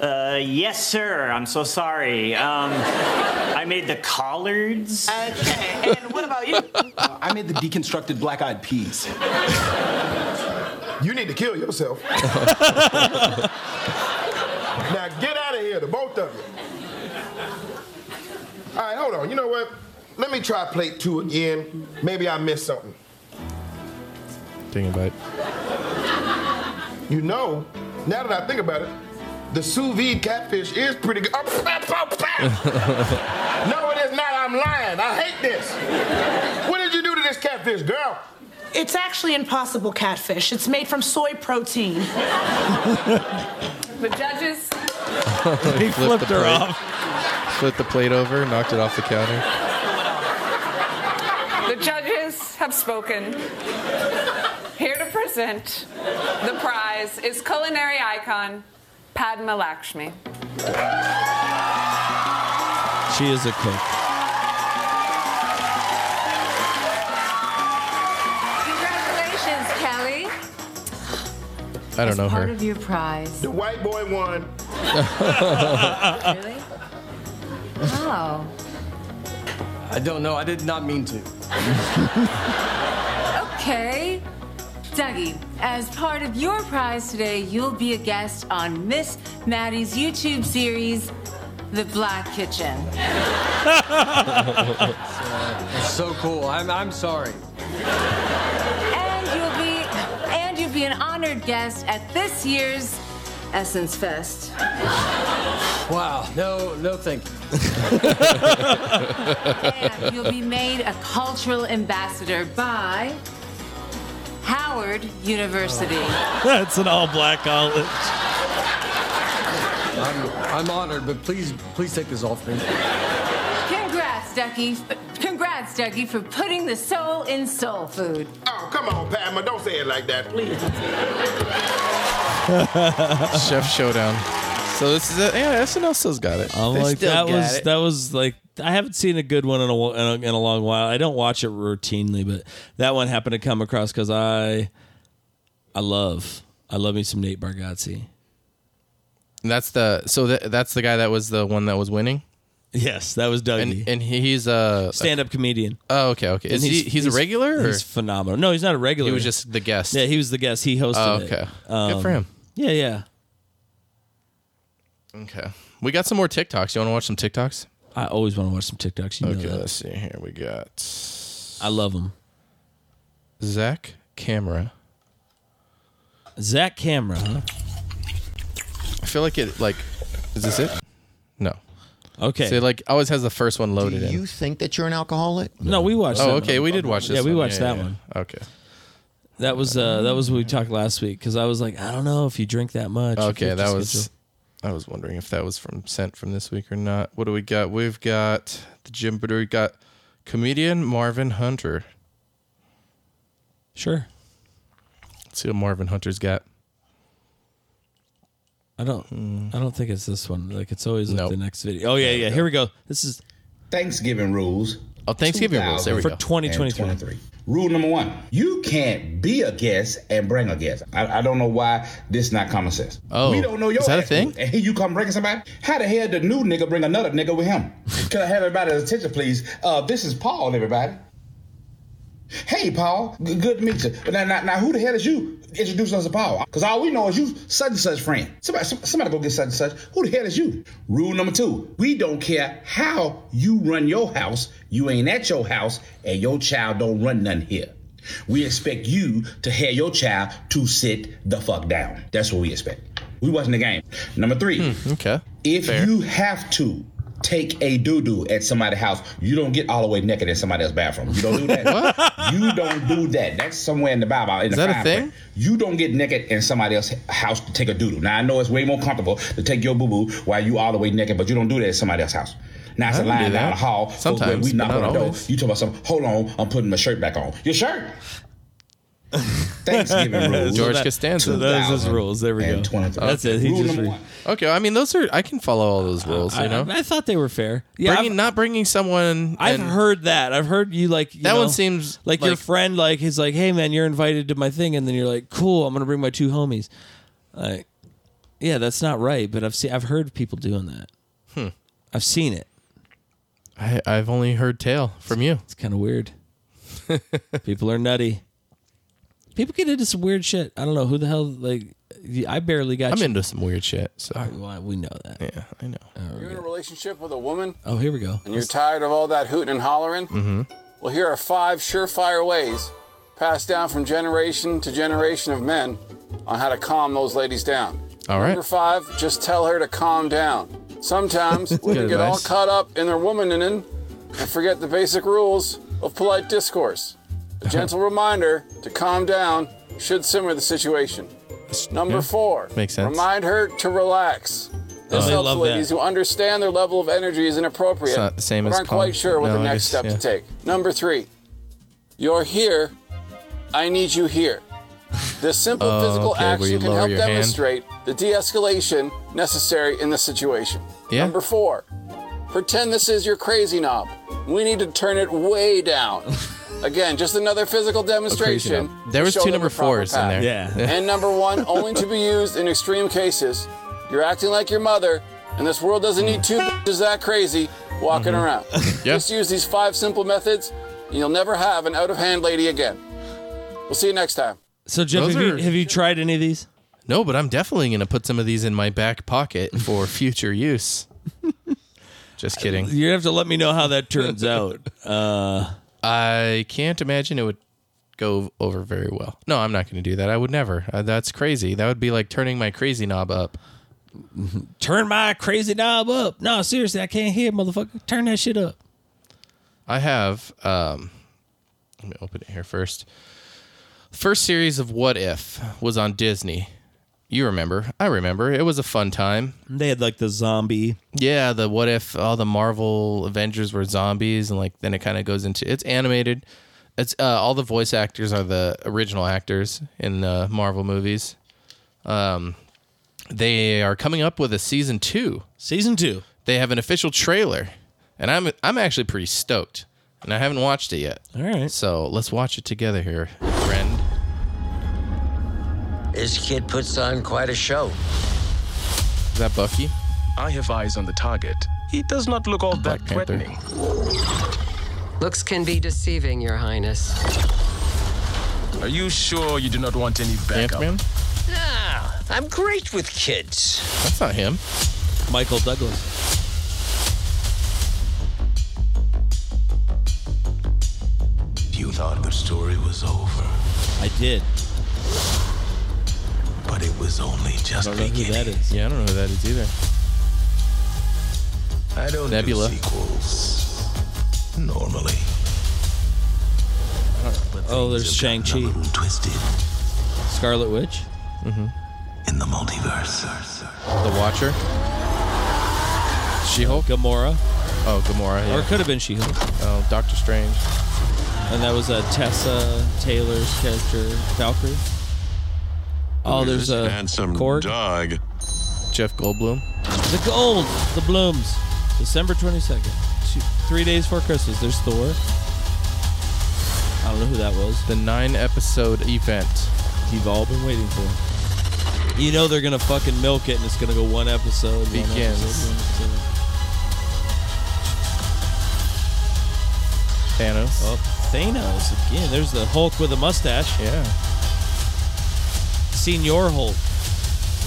S10: Uh, yes, sir. I'm so sorry. Um, I made the collards.
S9: Okay, and what about you?
S11: I made the deconstructed black-eyed peas.
S8: You need to kill yourself. now get out of here, the both of you. All right, hold on. You know what? Let me try plate two again. Maybe I missed something.
S2: Dang it, bite.
S8: You know, now that I think about it, the sous vide catfish is pretty good. Oh, pow, pow, pow. no, it is not. I'm lying. I hate this. What did you do to this catfish, girl?
S6: It's actually impossible catfish. It's made from soy protein.
S5: The judges,
S1: He
S2: flipped the
S1: flipped her
S2: plate.
S1: off.
S2: Flipped the plate over, knocked it off the counter.
S5: the judges have spoken. Here to present the prize is culinary icon Padma Lakshmi.
S1: She is a cook.
S12: Congratulations, Kelly.
S2: I don't know her.
S12: your prize.
S8: The white boy won.
S12: Really? Wow.
S7: I don't know. I did not mean to.
S12: Okay. Dougie, as part of your prize today, you'll be a guest on Miss Maddie's YouTube series, The Black Kitchen.
S7: It's so cool. I'm I'm sorry.
S12: And you'll be and you'll be an honored guest at this year's Essence Fest.
S7: Wow. No, no, thank you.
S12: And you'll be made a cultural ambassador by Howard University.
S1: That's an all black college.
S7: I'm, I'm honored, but please, please take this off me.
S12: Congrats, Ducky. Congrats, Ducky, for putting the soul in soul food.
S8: Oh, come on, Padma, don't say it like that, please.
S2: Chef Showdown. So this is it. Yeah, SNL still's got it.
S1: I'm like that was that was like I haven't seen a good one in a, wa- in a in a long while. I don't watch it routinely, but that one happened to come across because I I love I love me some Nate Bargatze.
S2: That's the so that that's the guy that was the one that was winning.
S1: Yes, that was Dougie.
S2: And, and he- he's a
S1: stand-up comedian.
S2: Oh, okay, okay. Is
S1: And
S2: he he's, a regular? Or?
S1: He's phenomenal. No, he's not a regular.
S2: He was just the guest.
S1: Yeah, Um, he was the guest. He hosted.
S2: Oh,
S1: it.
S2: okay. Good for him.
S1: Yeah, yeah.
S2: okay. We got some more TikToks. You want to watch some TikToks?
S1: I always want to watch some TikToks. You know
S2: okay,
S1: that.
S2: let's see. Here we got
S1: I love him.
S2: Zach Camera.
S1: Zach Camera. Huh?
S2: I feel like it. Like, is this it? No.
S1: Okay.
S2: So it, like always has the first one loaded in.
S13: You think that you're an alcoholic?
S1: No, we watched.
S2: Oh,
S1: that
S2: okay.
S1: one.
S2: We did watch this.
S1: Yeah, we
S2: one.
S1: watched that
S2: yeah.
S1: one.
S2: Okay.
S1: That was uh, that was what we talked last week because I was like, I don't know if you drink that much. if
S2: Okay,
S1: you're
S2: that
S1: just
S2: was.
S1: scheduled.
S2: I was wondering if that was from sent from this week or not. What do we got? We've got the Jim, but we got comedian Marvin Hunter.
S1: Sure.
S2: Let's see what Marvin Hunter's got.
S1: I don't. I don't think it's this one. Like it's always like
S2: Nope.
S1: the next video. Oh yeah, yeah. Here we go. This is
S14: Thanksgiving rules.
S2: Oh, Thanksgiving rules. There we
S1: for
S2: go.
S1: 2023.
S14: Rule number one: You can't be a guest and bring a guest. I, I don't know why this not common sense.
S2: Oh,
S14: we don't know your
S2: is that a
S14: ass,
S2: thing?
S14: And here you come bringing somebody. How the hell the new nigga bring another nigga with him? Can I have everybody's attention, please? Uh, this is Paul, everybody. Hey, Paul. G- good to meet you. Now, now, now, who the hell is you? Introduce us to Paul. Because all we know is you such and such friend. Somebody, some- somebody go get such and such. Who the hell is you? Rule number two. We don't care how you run your house. You ain't at your house, and your child don't run none here. We expect you to have your child to sit the fuck down. That's what we expect. We watching the game. Number three.
S2: okay.
S14: If you have to take a doo doo at somebody's house, you don't get all the way naked in somebody else's bathroom. You don't do that. you don't do that. That's somewhere in the Bible. In
S2: Is
S14: the
S2: that a
S14: fine
S2: thing?
S14: print. You don't get naked in somebody else's house to take a doo doo. Now I know it's way more comfortable to take your boo boo while you all the way naked, but you don't do that at somebody else's house. Now it's
S2: I
S14: a
S2: don't do
S14: line
S2: that.
S14: down the hall. folks, when
S2: Sometimes,
S14: we knock
S2: but not
S14: on the door.
S2: always.
S14: You talk about something. Hold on, I'm putting my shirt back on. Your shirt. Thanksgiving rules.
S2: George Costanza.
S1: So those is rules. There we go.
S14: 2023.
S1: That's it. He
S14: Rule
S1: just
S14: number
S1: re-
S14: one.
S2: Okay, I mean those are I can follow all those rules.
S1: Uh, I,
S2: you know,
S1: I, I thought they were fair. Yeah,
S2: bringing, not bringing someone.
S1: I've, I've
S2: and-
S1: heard that. I've heard you like you
S2: That one
S1: know,
S2: seems
S1: like, your
S2: like-
S1: friend. Like he's like, hey man, you're invited to my thing, and then you're like, cool, I'm gonna bring my two homies. Like, yeah, that's not right. But I've seen, I've heard people doing that.
S2: Hmm.
S1: I've seen it.
S2: I, I've only heard tale from you.
S1: It's kind of weird. people are nutty. People get into some weird shit. I don't know who the hell like. I barely got.
S2: I'm
S1: you.
S2: into some weird shit. So
S1: Well, we know that.
S2: Yeah, I know.
S4: You're in a relationship with a woman
S1: Oh, here we go.
S4: and you're tired of all that hooting and hollering?
S2: Mm-hmm.
S4: Well, here are five surefire ways passed down from generation to generation of men on how to calm those ladies down.
S2: All right.
S4: Number five, just tell her to calm down. Sometimes women
S2: Good
S4: get all
S2: advice.
S4: caught up in their womaning and forget the basic rules of polite discourse.
S2: Uh-huh.
S4: A gentle reminder to calm down should simmer the situation. Number
S2: yeah.
S4: four,
S2: Makes sense.
S4: remind her to relax. This
S2: Oh, I
S4: helps
S2: love that.
S4: ladies who understand their level of energy is inappropriate
S2: It's not the same
S4: but
S2: as
S4: aren't
S2: calm.
S4: quite sure what
S2: No,
S4: the
S2: I
S4: next
S2: guess-
S4: step
S2: yeah.
S4: to take. Number three, you're here. I need you here. This simple
S2: Oh,
S4: physical
S2: okay, where you
S4: action can
S2: lower
S4: help
S2: your hand.
S4: demonstrate the de-escalation necessary in this situation.
S2: Yeah.
S4: Number four, pretend this is your crazy knob. We need to turn it way down. Again, just another physical demonstration.
S2: knob. There
S4: to
S2: was
S4: show
S2: two
S4: them
S2: number
S4: the proper
S2: fours in
S4: path.
S2: there. Yeah. Yeah.
S4: And number one, only to be used in extreme cases. You're acting like your mother, and this world doesn't need two bitches that crazy walking
S2: Mm-hmm.
S4: around. Just use these five simple methods, and you'll never have an out of hand lady again. We'll see you next time.
S1: So Jeff,
S2: Those
S1: have you,
S2: are-
S1: have you tried any of these?
S2: No, but I'm definitely gonna put some of these in my back pocket for future use. Just kidding.
S1: You have to let me know how that turns out.
S2: I can't imagine it would go over very well. No, I'm not going to do that. I would never. Uh, that's crazy. That would be like turning my crazy knob up.
S1: Turn my crazy knob up. No, seriously, I can't hear, motherfucker. Turn that shit up.
S2: I have. Um, let me open it here first. First series of What If was on Disney. You remember? I remember. It was a fun time.
S1: They had like the zombie.
S2: Yeah, the What If. All the Marvel Avengers were zombies, and like then it kind of goes into it's animated. It's uh, all the voice actors are the original actors in the Marvel movies. Um, they are coming up with a season two.
S1: Season two.
S2: They have an official trailer, and I'm I'm actually pretty stoked. And I haven't watched it yet.
S1: All right.
S2: So let's watch it together here, friend.
S13: This kid puts on quite a show.
S2: Is that Bucky?
S15: I have eyes on the target. He does not look all that threatening.
S16: Looks can be deceiving, Your Highness.
S15: Are you sure you do not want any backup?
S2: Ant-Man?
S13: Ah, I'm great with kids.
S2: That's not him.
S1: Michael Douglas.
S17: You thought the story was over,
S1: I did.
S17: but it was only just
S1: I don't know who that
S17: beginning.
S1: is.
S2: Yeah, I don't know who that is either.
S17: I don't
S2: Nebula.
S17: do sequels normally. But
S1: Oh, there's
S17: things
S1: Shang
S17: have
S1: Chi,
S17: gotten a little twisted
S1: Scarlet Witch.
S2: Mm-hmm.
S17: in the multiverse.
S2: The Watcher. She Hulk.
S1: Gamora.
S2: Oh, Gamora. Yeah.
S1: Or it could have been She Hulk.
S2: Oh, Doctor Strange.
S1: And that was uh, Tessa Taylor's character, Valkyrie. Oh, there's a
S18: handsome
S1: Korg.
S18: dog.
S2: Jeff Goldblum.
S1: The gold, the blooms. December 22nd. Two, three days before Christmas. There's Thor. I don't know who that was.
S2: The nine episode event.
S1: You've all been waiting for. You know they're going to fucking milk it and it's going to go one episode. One
S2: Begins.
S1: episode, one episode.
S2: Thanos.
S1: Oh, Thanos again. There's the Hulk with a mustache.
S2: Yeah.
S1: Senior Hulk.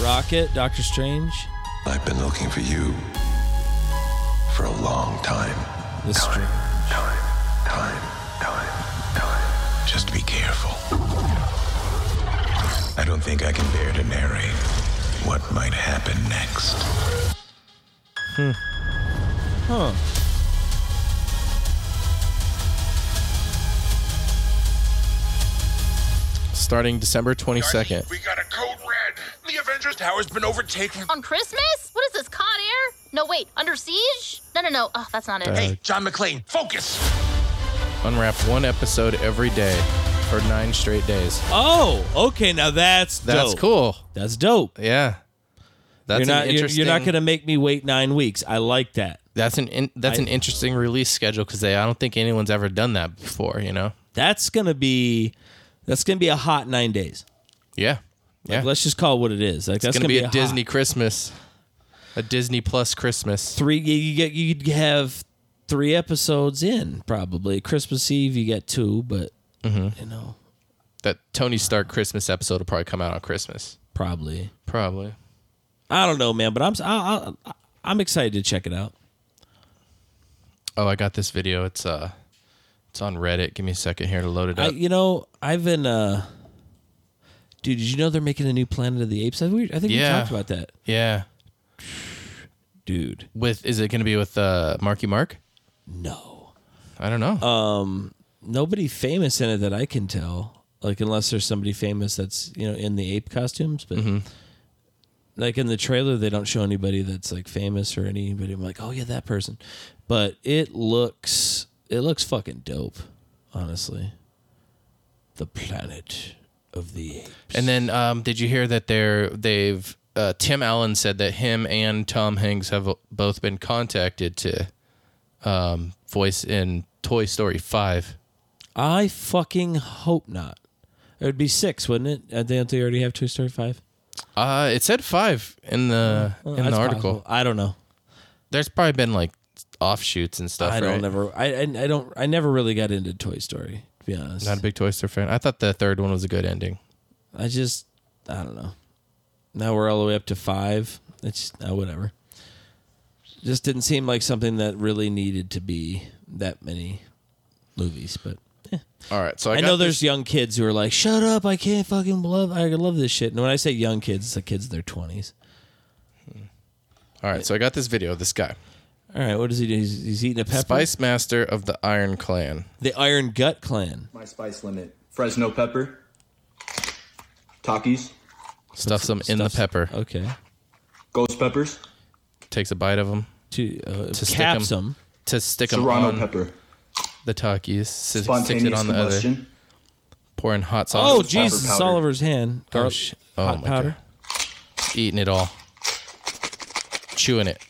S1: Rocket, Doctor Strange.
S18: I've been looking for you for a long time.
S1: This time,
S18: time, time, time, time. Just be careful. I don't think I can bear to narrate what might happen next.
S1: Huh.
S2: Starting December 22nd.
S19: We got a code red. The Avengers Tower's been overtaken.
S20: On Christmas? What is this, Con Air? No, wait, Under Siege? No, no, no. Oh, that's not it.
S2: Hey,
S19: John McClane, focus.
S2: Unwrap one episode every day for nine straight days.
S1: Oh, okay. Now that's
S2: That's
S1: dope.
S2: cool.
S1: That's dope.
S2: Yeah. That's
S1: you're not
S2: an
S1: you're-
S2: interesting.
S1: you're, not gonna make me wait nine weeks. I like that.
S2: That's an in, that's
S1: I-
S2: an interesting release schedule because I don't think anyone's ever done that before. You know.
S1: That's gonna be that's gonna be a hot nine days.
S2: Yeah.
S1: Like,
S2: Yeah.
S1: let's just call it what it is. Like
S2: It's
S1: that's
S2: gonna, be, a,
S1: hot-
S2: Disney Christmas, a Disney Plus Christmas.
S1: three. You you get you'd have three episodes in probably Christmas Eve. You get two, but you know
S2: That Tony Stark Christmas episode will probably come out on Christmas.
S1: probably
S2: Probably.
S1: I don't know, man. But I'm s- I, I, I'm excited to check it out.
S2: Oh, I got this video. It's uh, it's on Reddit. Give me a second here to load it
S1: I,
S2: up.
S1: you know, I've been, uh, dude. Did you know they're making a new Planet of the Apes? I, we, I think
S2: Yeah.
S1: we talked about that.
S2: yeah.
S1: Dude.
S2: With is it gonna be with uh Marky Mark?
S1: No.
S2: I don't know.
S1: Um, nobody famous in it that I can tell. Like, unless there's somebody famous that's you know in the ape costumes, but
S2: Mm-hmm.
S1: like in the trailer, they don't show anybody that's like famous or anybody. I'm like, oh yeah, that person. But it looks, it looks fucking dope. Honestly, the Planet of the Apes.
S2: And then, um, did you hear that they're they've uh, Tim Allen said that him and Tom Hanks have both been contacted to um, voice in Toy Story Five.
S1: I fucking hope not. It would be six, wouldn't it? Uh, Don't they already have Toy Story five?
S2: Uh, it said five in the
S1: Well,
S2: in the
S1: that's
S2: article.
S1: possible. I don't know.
S2: There's probably been like offshoots and stuff.
S1: I
S2: right?
S1: don't never. I, I I don't. I never really got into Toy Story. To be honest,
S2: Not a big Toy Story fan. I thought the third one was a good ending.
S1: I just I don't know. Now we're all the way up to five. It's uh, whatever. Just didn't seem like something that really needed to be that many movies, but
S2: All right. So I,
S1: I
S2: got
S1: know
S2: this-
S1: there's young kids who are like, "Shut up! I can't fucking love. I love this shit." And when I say young kids, it's the kids in their twenties.
S2: All right. So I got this video of this guy.
S1: All right. What does he do? He's, he's eating a pepper.
S2: Spice Master of the Iron Clan.
S1: The Iron Gut Clan.
S21: My spice limit. Fresno pepper. Takis.
S2: Stuffs them in the pepper.
S1: Okay.
S21: Ghost peppers.
S2: Takes a bite of them.
S1: To, uh,
S2: to stick
S1: caps
S2: 'em-
S1: them.
S2: To stick them
S21: Serrano
S2: on
S21: pepper.
S2: the Takis. Si- Sticks it
S21: Spontaneous
S2: on the other.
S21: combustion.
S2: Pouring hot sauce.
S1: Oh Jesus! It's Oliver's hand.
S2: Oh,
S1: Garlic,
S2: sh- oh
S1: hot
S2: my
S1: powder.
S2: God. Eating it all. Chewing it.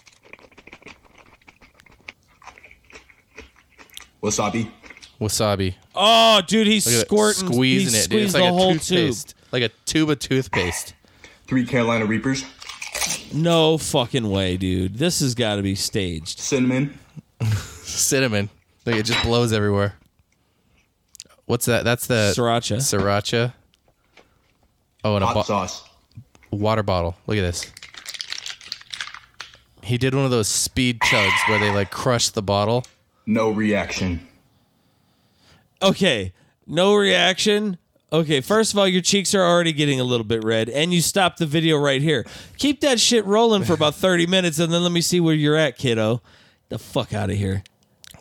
S21: Wasabi.
S2: Wasabi.
S1: Oh, dude, he's
S2: Look at that.
S1: squirting,
S2: Squeezing
S1: he's
S2: it, dude. It's
S1: squeezed
S2: like
S1: the
S2: a
S1: whole
S2: toothpaste. Like a tube of toothpaste.
S21: Three Carolina Reapers.
S1: No fucking way, dude. This has got to be staged.
S21: Cinnamon.
S2: Cinnamon. Like it just blows everywhere. What's that? That's the
S1: Sriracha.
S2: Sriracha. Oh, and
S21: Hot
S2: a
S21: sauce.
S2: Water bottle. Look at this. He did one of those speed chugs where they like crush the bottle.
S21: No reaction.
S1: Okay, no reaction. Okay, first of all, your cheeks are already getting a little bit red, and you stop the video right here. Keep that shit rolling for about 30 minutes, and then let me see where you're at, kiddo. The fuck out of here.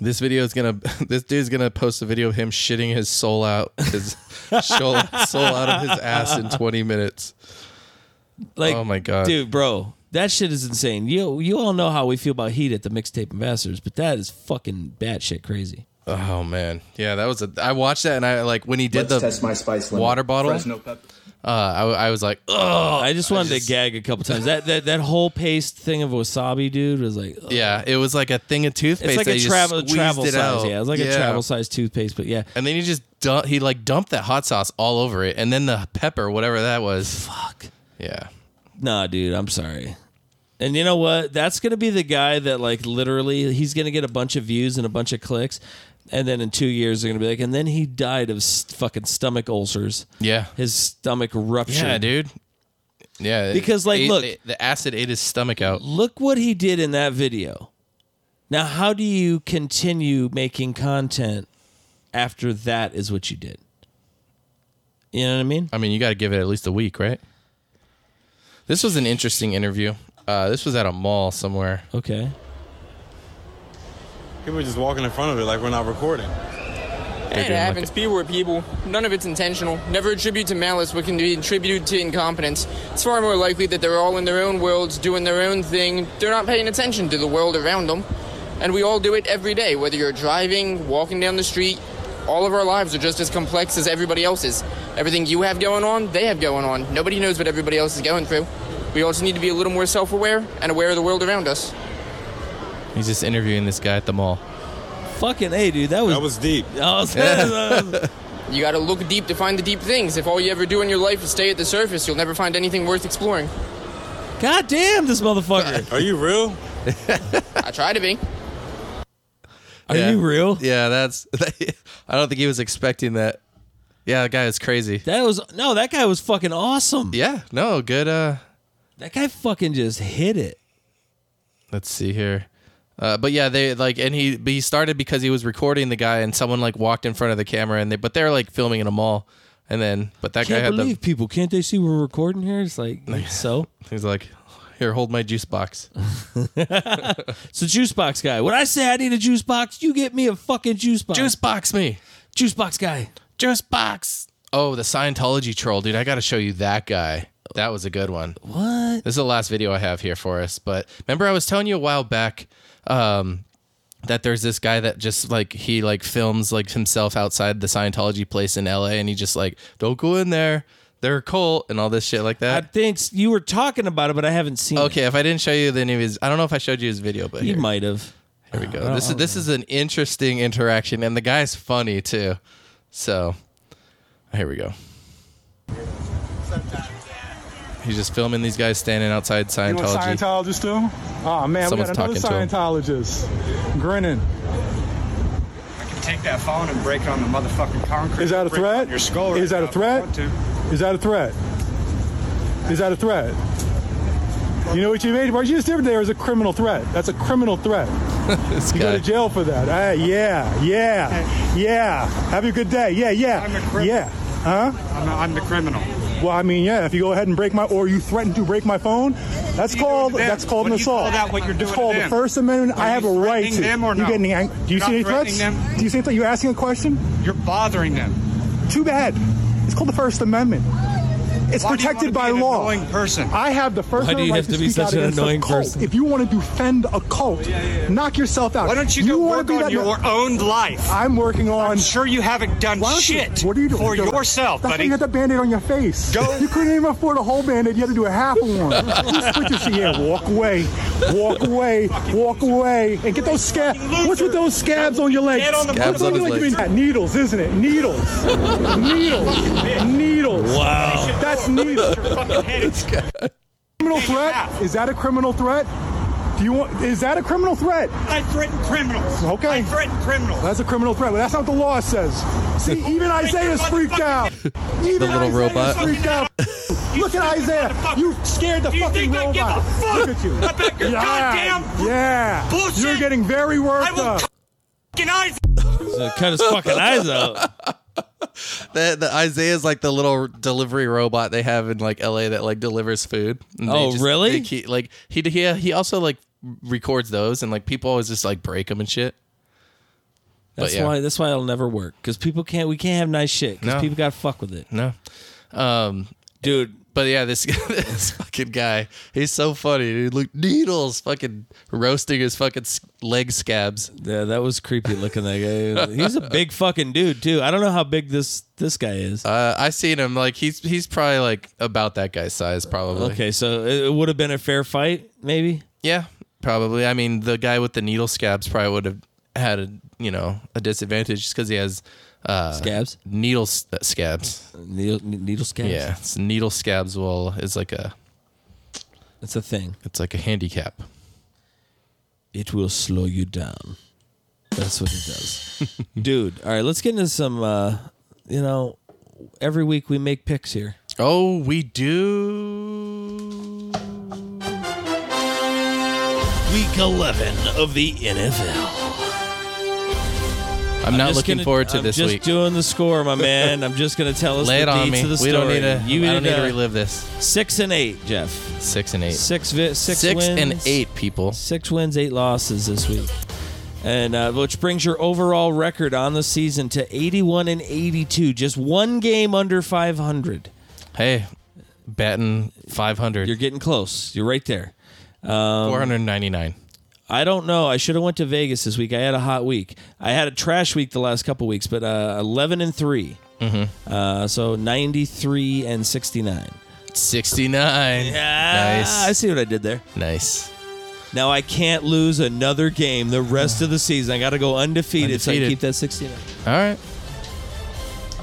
S2: This video is gonna. This dude's gonna post a video of him shitting his soul out, his soul, soul out of his ass in twenty minutes.
S1: Like,
S2: oh my god,
S1: dude, bro, that shit is insane. You you all know how we feel about heat at the mixtape ambassadors, but that is fucking batshit crazy.
S2: Oh man, yeah, that was a. I watched that and I like when he did
S21: Let's
S2: the
S21: test my spice limit.
S2: water bottle.
S21: Fresno pepper.
S2: Uh, I, I was like,
S1: Oh,
S2: oh,
S1: I just wanted to gag a couple times. That that that whole paste thing of wasabi, dude, was like,
S2: Yeah, it was like a thing of toothpaste.
S1: it's like
S2: that
S1: a
S2: you
S1: travel
S2: squeezed
S1: travel
S2: it
S1: size.
S2: out.
S1: Yeah, it's like a
S2: Yeah.
S1: travel size toothpaste, but yeah.
S2: And then he just dump, he like dumped that hot sauce all over it, and then the pepper, whatever that was.
S1: Fuck.
S2: Yeah.
S1: Nah, dude, I'm sorry. And you know what? That's gonna be the guy that like literally he's gonna get a bunch of views and a bunch of clicks, and then in two years they're gonna be like, and then he died of st- fucking stomach ulcers.
S2: Yeah.
S1: his stomach ruptured.
S2: Yeah, dude. Yeah. it
S1: Because, like,
S2: ate-
S1: look-
S2: it- the acid ate his stomach out.
S1: Look what he did in that video. Now, how do you continue making content after that is what you did? You know what I mean?
S2: I mean, you got to give it at least a week, right? This was an interesting interview. Uh, this was at a mall somewhere.
S1: Okay.
S22: People are just walking in front of it like we're not recording.
S23: It happens. Be aware, people. None of it's intentional. Never attribute to malice what can be attributed to incompetence. It's far more likely that they're all in their own worlds, doing their own thing. They're not paying attention to the world around them. And we all do it every day, whether you're driving, walking down the street. All of our lives are just as complex as everybody else's. Everything you have going on, they have going on. Nobody knows what everybody else is going through. We all just need to be a little more self aware and aware of the world around us.
S2: He's just interviewing this guy at the mall.
S1: Fucking A, dude. That was, that
S22: was deep.
S23: You gotta look deep to find the deep things. If all you ever do in your life is stay at the surface, you'll never find anything worth exploring.
S1: God damn, this motherfucker.
S2: Oh,
S22: Are you real?
S23: I try to be.
S1: Are you real?
S2: Yeah, that's. I don't think he was expecting that. Yeah, the guy is crazy.
S1: That was no, that guy was fucking awesome.
S2: Yeah, no, good. Uh,
S1: that guy fucking just hit it.
S2: Let's see here. Uh, but yeah, they like, and he but he started because he was recording the guy, and someone like walked in front of the camera, and they but they're like filming in a mall, and then but that guy
S1: Can't
S2: had
S1: believe people can't they see we're recording here? It's like so.
S2: the he's like, here, hold my juice box.
S1: It's the juice box guy. When I say I need a juice box, you get me a fucking juice box. Juice
S2: box me.
S1: Juice box guy.
S2: Juice box. Oh, the Scientology troll, dude! I got to show you that guy. That was a good one.
S1: What?
S2: This is the last video I have here for us. But remember, I was telling you a while back um, that there's this guy that just like he like films like himself outside the Scientology place in L.A. and he just like don't go in there. They're a cult and all this shit like
S1: I
S2: that.
S1: think s- you were talking about it, but I haven't seen it.
S2: okay, if I didn't show you then it was I don't know if I showed you his video, but
S1: You
S2: here.
S1: might have.
S2: Here we
S1: I
S2: go.
S1: don't-
S2: This
S1: I
S2: is
S1: don't
S2: this is an interesting interaction and the guy's funny too. So here we go. He's just filming these guys standing outside
S24: You a
S2: Scientology.
S24: Scientologist too? Oh man,
S2: Someone's
S24: we got another
S2: talking
S24: Scientologist grinning.
S22: Take that phone and break it on the motherfucking concrete.
S24: Is that a
S22: Break
S24: threat?
S22: Your skull. right
S24: Is that
S22: now
S24: a
S22: if you
S24: threat?
S22: want to.
S24: Is that a threat? Is that a threat? You know what you made? What you just did there is a criminal threat. That's a criminal threat. you go
S2: guy.
S24: to jail for that. Ah, yeah, yeah, yeah. Have a good day. Yeah, yeah.
S3: I'm a criminal.
S24: Yeah. Huh?
S3: I'm, I'm the criminal.
S24: Well, I mean, yeah. If you go ahead and break my, or you threaten to break my phone, that's called
S3: them.
S24: that's called
S3: When
S24: an
S3: you
S24: assault.
S3: call out what you're
S24: It's
S3: doing to
S24: called the
S3: them.
S24: First Amendment. I
S3: Are
S24: have
S3: you
S24: a right
S3: threatening
S24: to.
S3: them or
S24: you
S3: no?
S24: getting ang- Do you
S3: You're
S24: see
S3: not
S24: any
S3: threatening
S24: threats?
S3: them?
S24: Do you see that you're asking a question? You're bothering them. Too bad. It's called the First Amendment. It's
S3: Why do you
S24: protected
S3: wanna
S24: by
S3: be an
S24: law.
S3: annoying person?
S24: I have the First
S3: Why do you
S24: Amendment
S3: have
S24: right
S3: to be
S24: speak out
S3: such an
S24: against a
S3: annoying
S24: cult.
S3: person?
S24: If you want to defend a cult, knock yourself out.
S3: Why don't you, go
S24: wanna
S3: work
S24: be
S3: on
S24: that-
S3: your own life?
S24: I'm working on. I'm
S3: sure you haven't done
S24: Why don't you-
S3: shit
S24: what are you doing?
S3: for
S24: You're-
S3: yourself,
S24: That's
S3: buddy.
S24: why you got the band-aid on your face. You couldn't even afford a whole band-aid. You had to do a half of one. Just put your yeah, walk away, walk away, walk away, and get those scabs. What's with those scabs on your legs?
S3: Get on the
S24: What's
S3: motherfucking
S24: with your
S3: legs.
S24: Yeah, Needles, isn't it? Needles, needles, needles.
S3: Wow.
S24: that's needles. Criminal threat? Is that a criminal threat? Do you want? Is that a criminal threat? I threaten criminals. Okay. I threaten criminals. That's a criminal threat, but that's not what the law says. See, even Isaiah's freaked out. Even
S2: The little
S24: Isaiah's
S2: robot.
S24: freaked out. Look at Isaiah. You scared the fucking robot. Look at you. yeah.
S3: goddamn
S24: yeah. You're getting very worked up.
S1: So cut his fucking eyes out.
S2: The, the Isaiah's like the little delivery robot they have in like LA that like delivers food. And they
S1: Oh, really?
S2: they keep- like he he he also like records those and like people always just like break them and shit. But
S1: That's
S2: yeah.
S1: why. That's why it'll never work because people can't. We can't have nice shit because
S2: No.
S1: people got to fuck with it.
S2: No, um,
S1: dude.
S2: But yeah, this this fucking guy, he's so funny, dude. Look, needles, fucking roasting his fucking s- leg scabs.
S1: Yeah, that was creepy looking. That guy. He's a big fucking dude too. I don't know how big this this guy is.
S2: Uh, I seen him like he's he's probably like about that guy's size, probably.
S1: Okay, so it, it would have been a fair fight, maybe.
S2: Yeah, probably. I mean, the guy with the needle scabs probably would have had a you know a disadvantage just because he has uh,
S1: Scabs?
S2: needle s- uh, scabs,
S1: needle needle scabs.
S2: Yeah, it's needle scabs. Well, it's like a
S1: it's a thing.
S2: It's like a handicap.
S1: It will slow you down. That's what it does, dude. All right, let's get into some. Uh, you know, every week we make picks here.
S2: Oh, we do.
S1: Week eleven of the NFL.
S2: I'm not
S1: just
S2: looking
S1: gonna-
S2: forward to
S1: I'm
S2: this
S1: just
S2: week.
S1: doing the score, my man. I'm just going to tell us
S2: Lay
S1: the
S2: it on
S1: deets
S2: me.
S1: of the
S2: we
S1: story.
S2: don't need to.
S1: You
S2: I don't
S1: did,
S2: need to
S1: uh,
S2: relive this.
S1: Six and eight, Jeff.
S2: Six and eight.
S1: Six vi- six
S2: Six
S1: wins.
S2: and eight, people.
S1: Six wins, eight losses this week, and uh, which brings your overall record on the season to 81 and 82, just one game under 500.
S2: Hey, batting 500.
S1: You're getting close. You're right there. Um,
S2: 499.
S1: I don't know. I should have went to Vegas this week. I had a hot week. I had a trash week the last couple weeks, but uh, 11 and 3
S2: Mm-hmm.
S1: Uh, so 93 and 69.
S2: 69.
S1: Yeah,
S2: Nice.
S1: Ah, I see what I did there.
S2: Nice.
S1: Now I can't lose another game the rest of the season. I got to go undefeated, so I
S2: Undefeated.
S1: keep that 69.
S2: All right.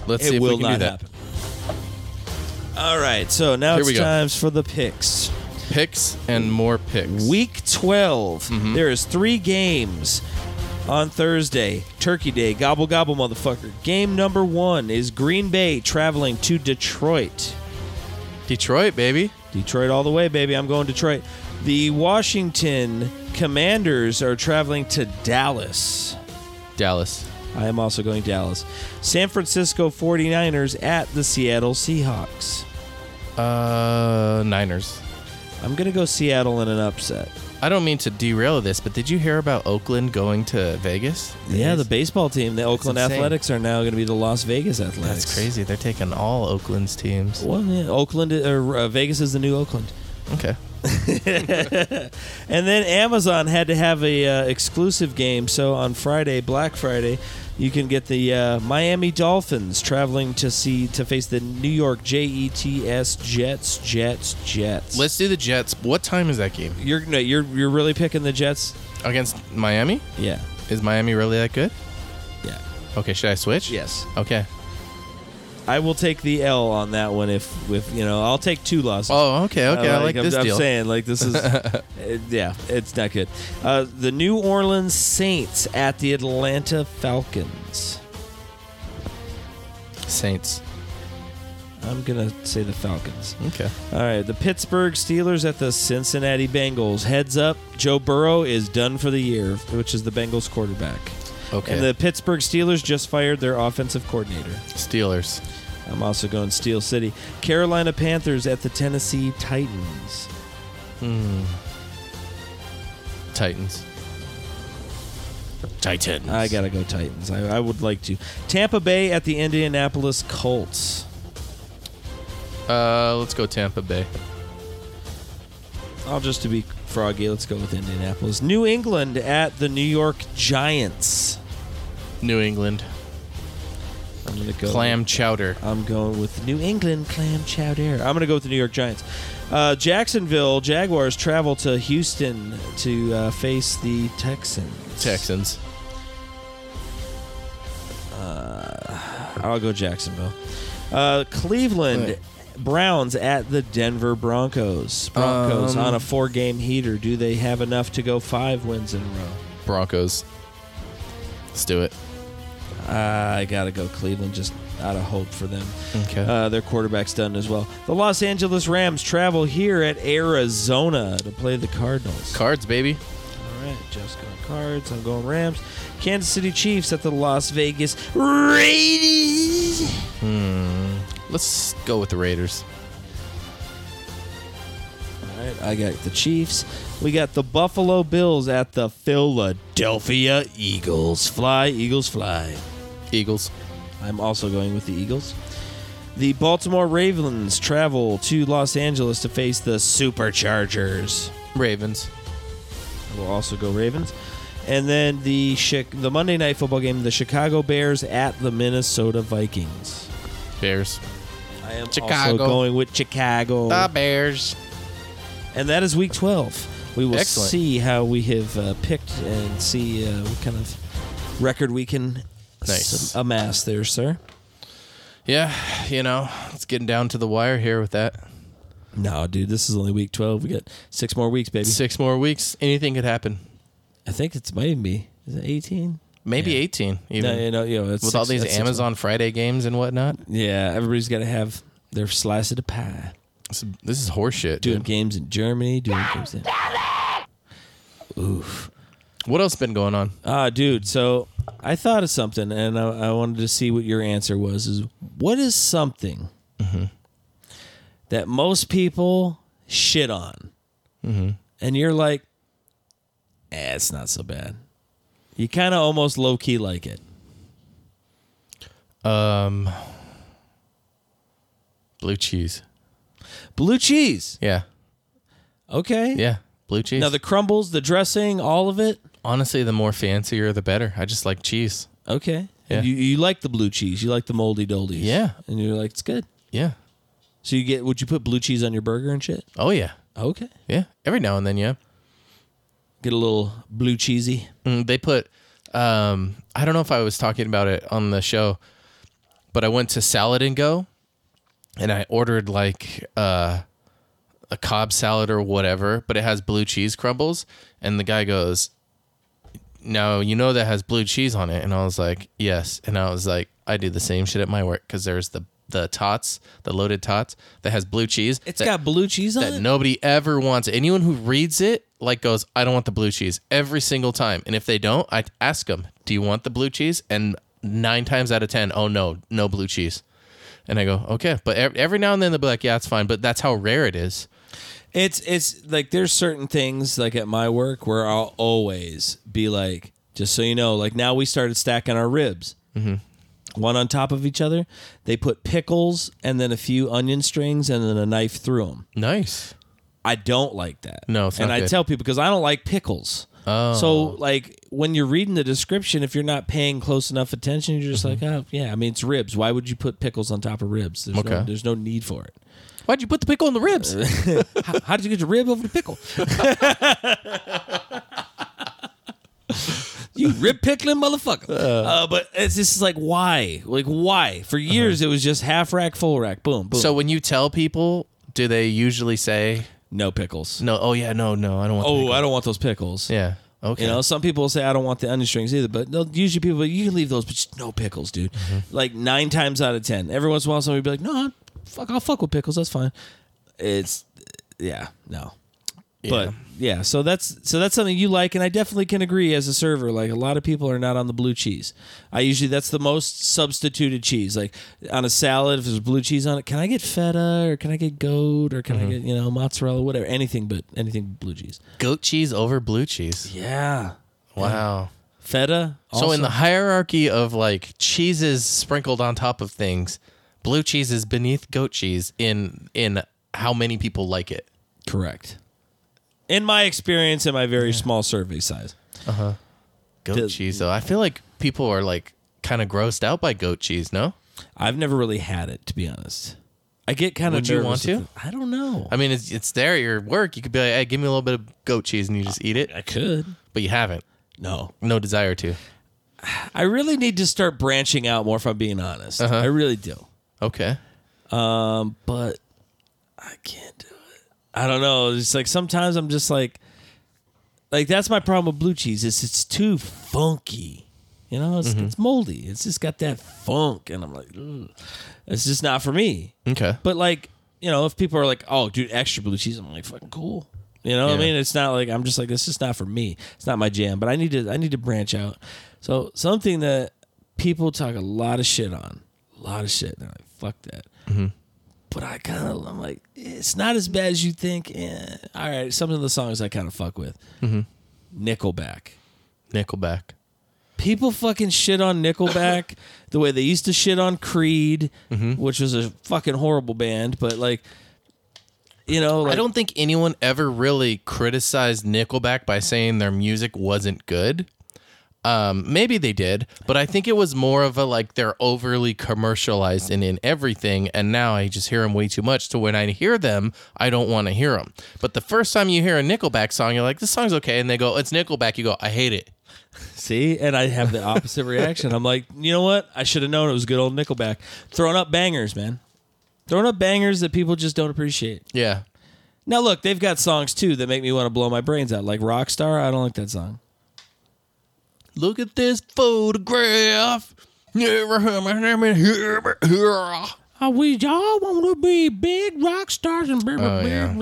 S2: Let's
S1: It
S2: see if
S1: will
S2: we can
S1: not
S2: do that.
S1: happen. All right, so now
S2: Here
S1: it's
S2: we go.
S1: times for the picks.
S2: Picks and more picks.
S1: Week 12.
S2: Mm-hmm.
S1: There is three games on Thursday. Turkey Day. Gobble gobble, motherfucker. Game number one is Green Bay traveling to Detroit.
S2: Detroit, baby.
S1: Detroit all the way, baby. I'm going Detroit. The Washington Commanders are traveling to Dallas.
S2: Dallas.
S1: I am also going Dallas. San Francisco 49ers at the Seattle Seahawks.
S2: Uh, Niners.
S1: I'm going to go Seattle in an upset.
S2: I don't mean to derail this, but did you hear about Oakland going to Vegas?
S1: Yeah, the baseball team, the Oakland
S2: insane.
S1: Athletics, are now going to be the Las Vegas Athletics.
S2: That's crazy. They're taking all Oakland's teams.
S1: Well, yeah, Oakland or uh, Vegas is the new Oakland.
S2: Okay.
S1: and then Amazon had to have a uh, exclusive game, so on Friday, Black Friday, you can get the uh, Miami Dolphins traveling to see to face the New York Jets, Jets, Jets, Jets.
S2: Let's do the Jets. What time is that game?
S1: You're no, you're you're really picking the Jets.
S2: Against Miami?
S1: Yeah.
S2: Is Miami really that good?
S1: Yeah.
S2: Okay, should I switch?
S1: Yes.
S2: Okay.
S1: I will take the L on that one if if you know I'll take two losses.
S2: Oh, okay, okay, I like
S1: I'm,
S2: this
S1: I'm
S2: deal.
S1: saying like this is, uh, yeah, it's not good. Uh, the New Orleans Saints at the Atlanta Falcons.
S2: Saints.
S1: I'm going to say the Falcons.
S2: Okay.
S1: All right. The Pittsburgh Steelers at the Cincinnati Bengals. Heads up, Joe Burrow is done for the year, which is the Bengals quarterback.
S2: Okay.
S1: And the Pittsburgh Steelers just fired their offensive coordinator.
S2: Steelers.
S1: I'm also going Steel City. Carolina Panthers at the Tennessee Titans.
S2: Hmm. Titans. Titans.
S1: I gotta go Titans. I, I would like to. Tampa Bay at the Indianapolis Colts.
S2: Uh, let's go Tampa Bay.
S1: I'll just to be froggy. Let's go with Indianapolis. New England at the New York Giants.
S2: New England.
S1: I'm gonna go
S2: Clam chowder.
S1: I'm going with New England clam chowder. I'm gonna go with the New York Giants. Uh, Jacksonville Jaguars travel to Houston to uh, face the Texans.
S2: Texans.
S1: Uh, I'll go Jacksonville. Uh, Cleveland Browns at the Denver Broncos. Broncos
S2: Um,
S1: on a four-game heater. Do they have enough to go five wins in a row?
S2: Broncos. Let's do it.
S1: I gotta go Cleveland just out of hope for them.
S2: Okay.
S1: Uh, their quarterback's done as well. The Los Angeles Rams travel here at Arizona to play the Cardinals.
S2: Cards, baby.
S1: All right, Jeff's going Cards. I'm going Rams. Kansas City Chiefs at the Las Vegas Raiders.
S2: Hmm. Let's go with the Raiders.
S1: All right, I got the Chiefs. We got the Buffalo Bills at the Philadelphia Eagles. Fly, Eagles, fly.
S2: Eagles.
S1: I'm also going with the Eagles. The Baltimore Ravens travel to Los Angeles to face the Superchargers.
S2: Ravens.
S1: I will also go Ravens. And then the Chi- the Monday night football game, the Chicago Bears at the Minnesota Vikings.
S2: Bears.
S1: I am
S2: Chicago.
S1: Also going with Chicago.
S2: The Bears.
S1: And that is week 12. We will
S2: Excellent.
S1: see how we have uh, picked and see uh, what kind of record we can
S2: Nice.
S1: s- amass there, sir.
S2: Yeah, you know, it's getting down to the wire here with that.
S1: Mm-hmm. No, dude, this is only week 12. We got six more weeks, baby.
S2: Six more weeks. Anything could happen.
S1: I think it's might even be. Is it 18?
S2: Maybe 18. Even.
S1: No, you know, you know,
S2: with
S1: it's
S2: all
S1: six-
S2: these
S1: that's six
S2: Amazon Friday games and whatnot.
S1: Yeah, everybody's got to have their slice of the pie.
S2: This, this is horseshit.
S1: Doing
S2: Dude.
S1: games in Germany, doing games in. Oof.
S2: What else been going on?
S1: Ah, dude. So I thought of something, and I, I wanted to see what your answer was. Is what is something
S2: Mm-hmm.
S1: that most people shit on,
S2: Mhm.
S1: and you're like, eh, it's not so bad. You kind of almost low key like it.
S2: Um, blue cheese.
S1: Blue cheese.
S2: Yeah.
S1: Okay.
S2: Yeah. Blue cheese.
S1: Now the crumbles, the dressing, all of it.
S2: Honestly, the more fancier, the better. I just like cheese.
S1: Okay.
S2: Yeah.
S1: And you, you like the blue cheese. You like the moldy doldies.
S2: Yeah.
S1: And you're like, it's good.
S2: Yeah.
S1: So you get, would you put blue cheese on your burger and shit?
S2: Oh, yeah.
S1: Okay.
S2: Yeah. Every now and then, yeah.
S1: Get a little blue cheesy.
S2: Mm, they put, um, I don't know if I was talking about it on the show, but I went to Salad and Go and I ordered like uh, a Cobb salad or whatever, but it has blue cheese crumbles. And the guy goes, No, you know that has blue cheese on it. And I was like, Yes. And I was like, I do the same shit at my work because there's the the tots, the loaded tots that has blue cheese.
S1: It's
S2: that-
S1: got blue cheese on
S2: that
S1: it.
S2: nobody ever wants. Anyone who reads it like goes, I don't want the blue cheese every single time. And if they don't, I ask them, Do you want the blue cheese? And nine times out of ten, oh no, no blue cheese. And I go, okay, but ev- every now and then they'll be like, yeah, it's fine, but that's how rare it is.
S1: It's it's like there's certain things like at my work where I'll always be like, just so you know, like now we started stacking our ribs,
S2: Mhm.
S1: one on top of each other. They put pickles and then a few onion strings and then a knife through them.
S2: Nice.
S1: I don't like that.
S2: No, it's
S1: and
S2: not
S1: I
S2: good.
S1: tell people because I don't like pickles.
S2: Oh.
S1: So like when you're reading the description, if you're not paying close enough attention, you're just
S2: Mm-hmm.
S1: like, oh yeah. I mean, it's ribs. Why would you put pickles on top of ribs? There's no
S2: Okay.
S1: there's no need for it.
S2: Why'd you put the pickle on the ribs?
S1: how, how did you get the rib over the pickle? you rib pickling motherfucker. Uh, but it's just like why? Like why? For years it was just half rack, full rack, boom, boom.
S2: So when you tell people, do they usually say
S1: no pickles?
S2: No, oh yeah, no, no, I don't want. the
S1: oh,
S2: pickle.
S1: I don't want those pickles.
S2: Yeah. Okay.
S1: You know, some people say I don't want the onion strings either, but they'll- usually
S2: Mm-hmm.
S1: people you can leave those, but just no pickles, dude. Like nine times out of ten, every once in a while somebody will be like, "No, I'm fuck, I'll fuck with pickles. That's fine. It's yeah, no. But yeah, so that's so that's something you like, and I definitely can agree as a server. Like a lot of people are not on the blue cheese. I usually that's the most substituted cheese. Like on a salad, if there's blue cheese on it, can I get feta or can I get goat or can I
S2: Mhm.
S1: get you know mozzarella, whatever, anything but anything but blue cheese.
S2: Goat cheese over blue cheese.
S1: Yeah.
S2: Wow.
S1: Feta.
S2: So in
S1: also-
S2: the hierarchy of like cheeses sprinkled on top of things, blue cheese is beneath goat cheese in in how many people like it.
S1: Correct. In my experience, in my very small survey size.
S2: Uh huh. Goat cheese though. I feel like people are like kind of grossed out by goat cheese, no?
S1: I've never really had it to be honest. I get kind of
S2: Would you want
S1: nervous
S2: to?
S1: with I don't know.
S2: I mean, it's it's there at your work. You could be like, "Hey, give me a little bit of goat cheese," and you just eat it. I
S1: could,
S2: but you haven't.
S1: No,
S2: no desire to.
S1: I really need to start branching out more if I'm being honest.
S2: Uh-huh.
S1: I really do.
S2: Okay.
S1: Um, but I can't do it. I don't know. It's like sometimes I'm just like like that's my problem with blue cheese is it's too funky. You know, it's,
S2: Mhm.
S1: it's moldy. It's just got that funk and I'm like Ugh. it's just not for me.
S2: Okay.
S1: But like, you know, if people are like, "Oh, dude, extra blue cheese." I'm like, "Fucking cool." You know what I
S2: Yeah.
S1: mean? It's not like I'm just like this is not for me. It's not my jam, but I need to I need to branch out. So something that people talk a lot of shit on, a lot of shit. They're like, fuck that.
S2: Mm-hmm.
S1: But I kind of I'm like, it's not as bad as you think. Eh. All right, some of the songs I kind of fuck with.
S2: Mm-hmm.
S1: Nickelback.
S2: Nickelback.
S1: People fucking shit on Nickelback the way they used to shit on Creed,
S2: Mm-hmm.
S1: which was a fucking horrible band. But like, you know,
S2: I don't think anyone ever really criticized Nickelback by saying their music wasn't good. Um, maybe they did, but I think it was more of a like they're overly commercialized and in everything. And now I just hear them way too much. So when I hear them, I don't want to hear them. But the first time you hear a Nickelback song, you're like, this song's okay. And they go, it's Nickelback. You go, I hate it.
S1: See, and I have the opposite reaction. I'm like, you know what? I should have known it was good old Nickelback throwing up bangers, man. Throwing up bangers that people just don't appreciate.
S2: Yeah.
S1: Now look, they've got songs too that make me want to blow my brains out, like Rockstar. I don't like that song.
S2: Look at this photograph. I
S1: Uh, we all want to be big rock stars and blah,
S2: Oh, yeah.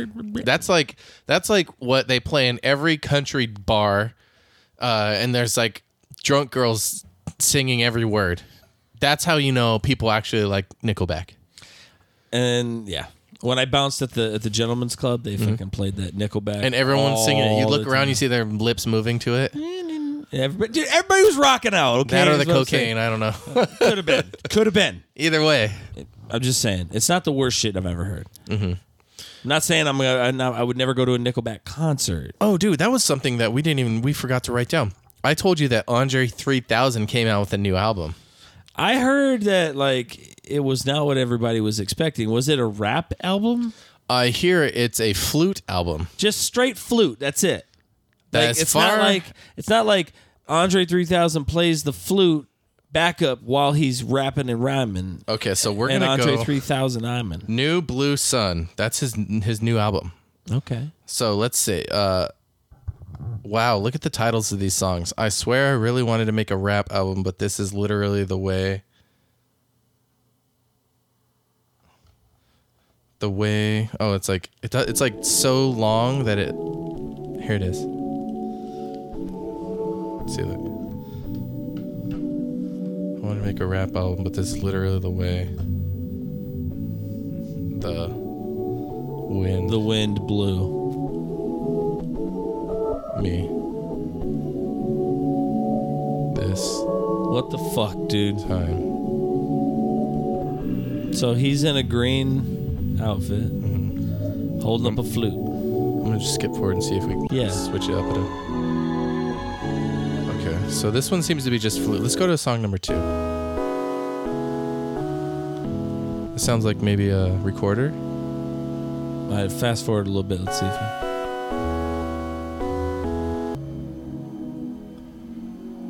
S2: That's like that's like what they play in every country bar, uh, and there's like drunk girls singing every word. That's how you know people actually like Nickelback.
S1: And yeah, when I bounced at the at the gentleman's club, they fucking played that Nickelback,
S2: Mm-hmm. And everyone's singing it. You
S1: all
S2: look
S1: the
S2: around,
S1: time.
S2: you see their lips moving to it.
S1: Everybody, dude, everybody was rocking out. Okay,
S2: that or
S1: is
S2: the
S1: what I'm saying.
S2: cocaine, I don't know.
S1: Could have been. Could have been.
S2: Either way,
S1: I'm just saying it's not the worst shit I've ever heard. Mm-hmm. I'm not saying I'm gonna. I'm not- I would never go to a Nickelback concert.
S2: Oh, dude, that was something that we didn't even we forgot to write down. I told you that Andre 3000 came out with a new album.
S1: I heard that like it was not what everybody was expecting. Was it a rap album?
S2: I hear it's a flute album.
S1: Just straight flute. That's it.
S2: That
S1: like,
S2: is
S1: it's
S2: far-
S1: not like it's not like Andre 3000 plays the flute backup while he's rapping and rhyming.
S2: Okay, so we're
S1: and
S2: gonna
S1: Andre
S2: go
S1: 3000 Iman.
S2: New Blue Sun. That's his his new album.
S1: Okay.
S2: So let's see. Uh, wow, look at the titles of these songs. I swear I really wanted to make a rap album, but this is literally the way. The way. Oh, it's like it, do- it's like so long that it. Here it is. See look. I want to make a rap album, but this is literally the way. The wind.
S1: The wind blew.
S2: Me. This.
S1: What the fuck, dude?
S2: Time.
S1: So he's in a green outfit, holding up a flute. I'm
S2: gonna just skip forward and see if we can
S1: yeah.
S2: switch it up at a. Okay, so this one seems to be just flute. Let's go to song number two. It sounds like maybe a recorder.
S1: All right, fast forward a little bit. Let's see. If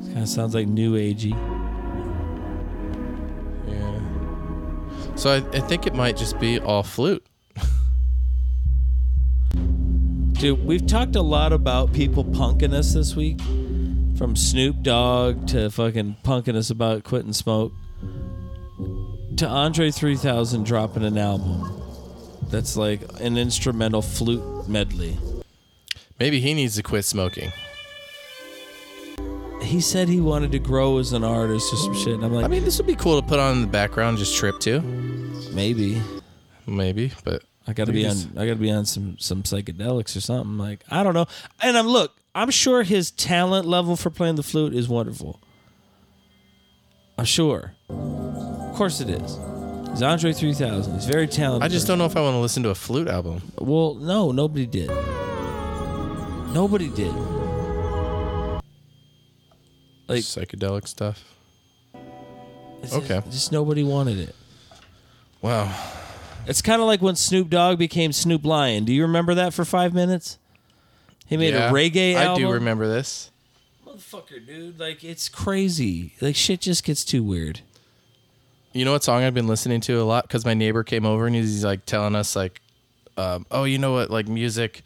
S1: It kind of sounds like new agey.
S2: Yeah. So I, I think it might just be all flute.
S1: Dude, we've talked a lot about people punking us this week, from Snoop Dogg to fucking punking us about quitting smoke, to Andre 3000 dropping an album that's like an instrumental flute medley.
S2: Maybe he needs to quit smoking.
S1: He said he wanted to grow as an artist or some shit. And I'm like,
S2: I mean, this would be cool to put on in the background, just trip to.
S1: Maybe.
S2: Maybe, but
S1: I gotta be on. I gotta be on some some psychedelics or something. Like I don't know. And I'm look. I'm sure his talent level for playing the flute is wonderful. I'm sure. Of course it is. He's Andre 3000. He's very talented.
S2: I just don't know if I want to listen to a flute album.
S1: Well, no, nobody did. Nobody did. Like
S2: psychedelic stuff.
S1: It's
S2: Okay.
S1: Just, just nobody wanted it.
S2: Wow.
S1: It's kind of like when Snoop Dogg became Snoop Lion. Do you remember that for five minutes? He made
S2: Yeah,
S1: a reggae
S2: I
S1: album.
S2: do remember this.
S1: Motherfucker, dude. Like, it's crazy. Like, shit just gets too weird.
S2: You know what song I've been listening to a lot? Because my neighbor came over and he's like telling us like, um, oh, you know what? Like music,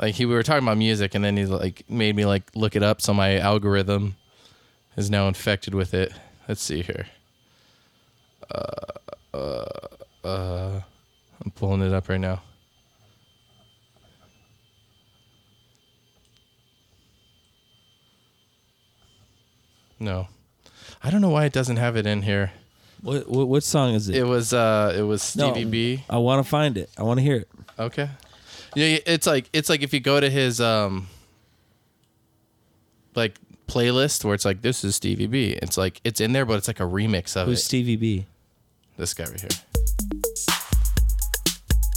S2: like he we were talking about music, and then he like made me like look it up. So my algorithm is now infected with it. Let's see here. Uh, uh, uh, I'm pulling it up right now. No, I don't know why it doesn't have it in here.
S1: What what, what song is it?
S2: It was uh, it was Stevie
S1: no,
S2: B.
S1: I want to find it. I want to hear it.
S2: Okay. Yeah, yeah, it's like it's like if you go to his um like playlist where it's like this is Stevie B. It's like it's in there, but it's like a remix of
S1: Who's
S2: it.
S1: Stevie B?
S2: This guy right here.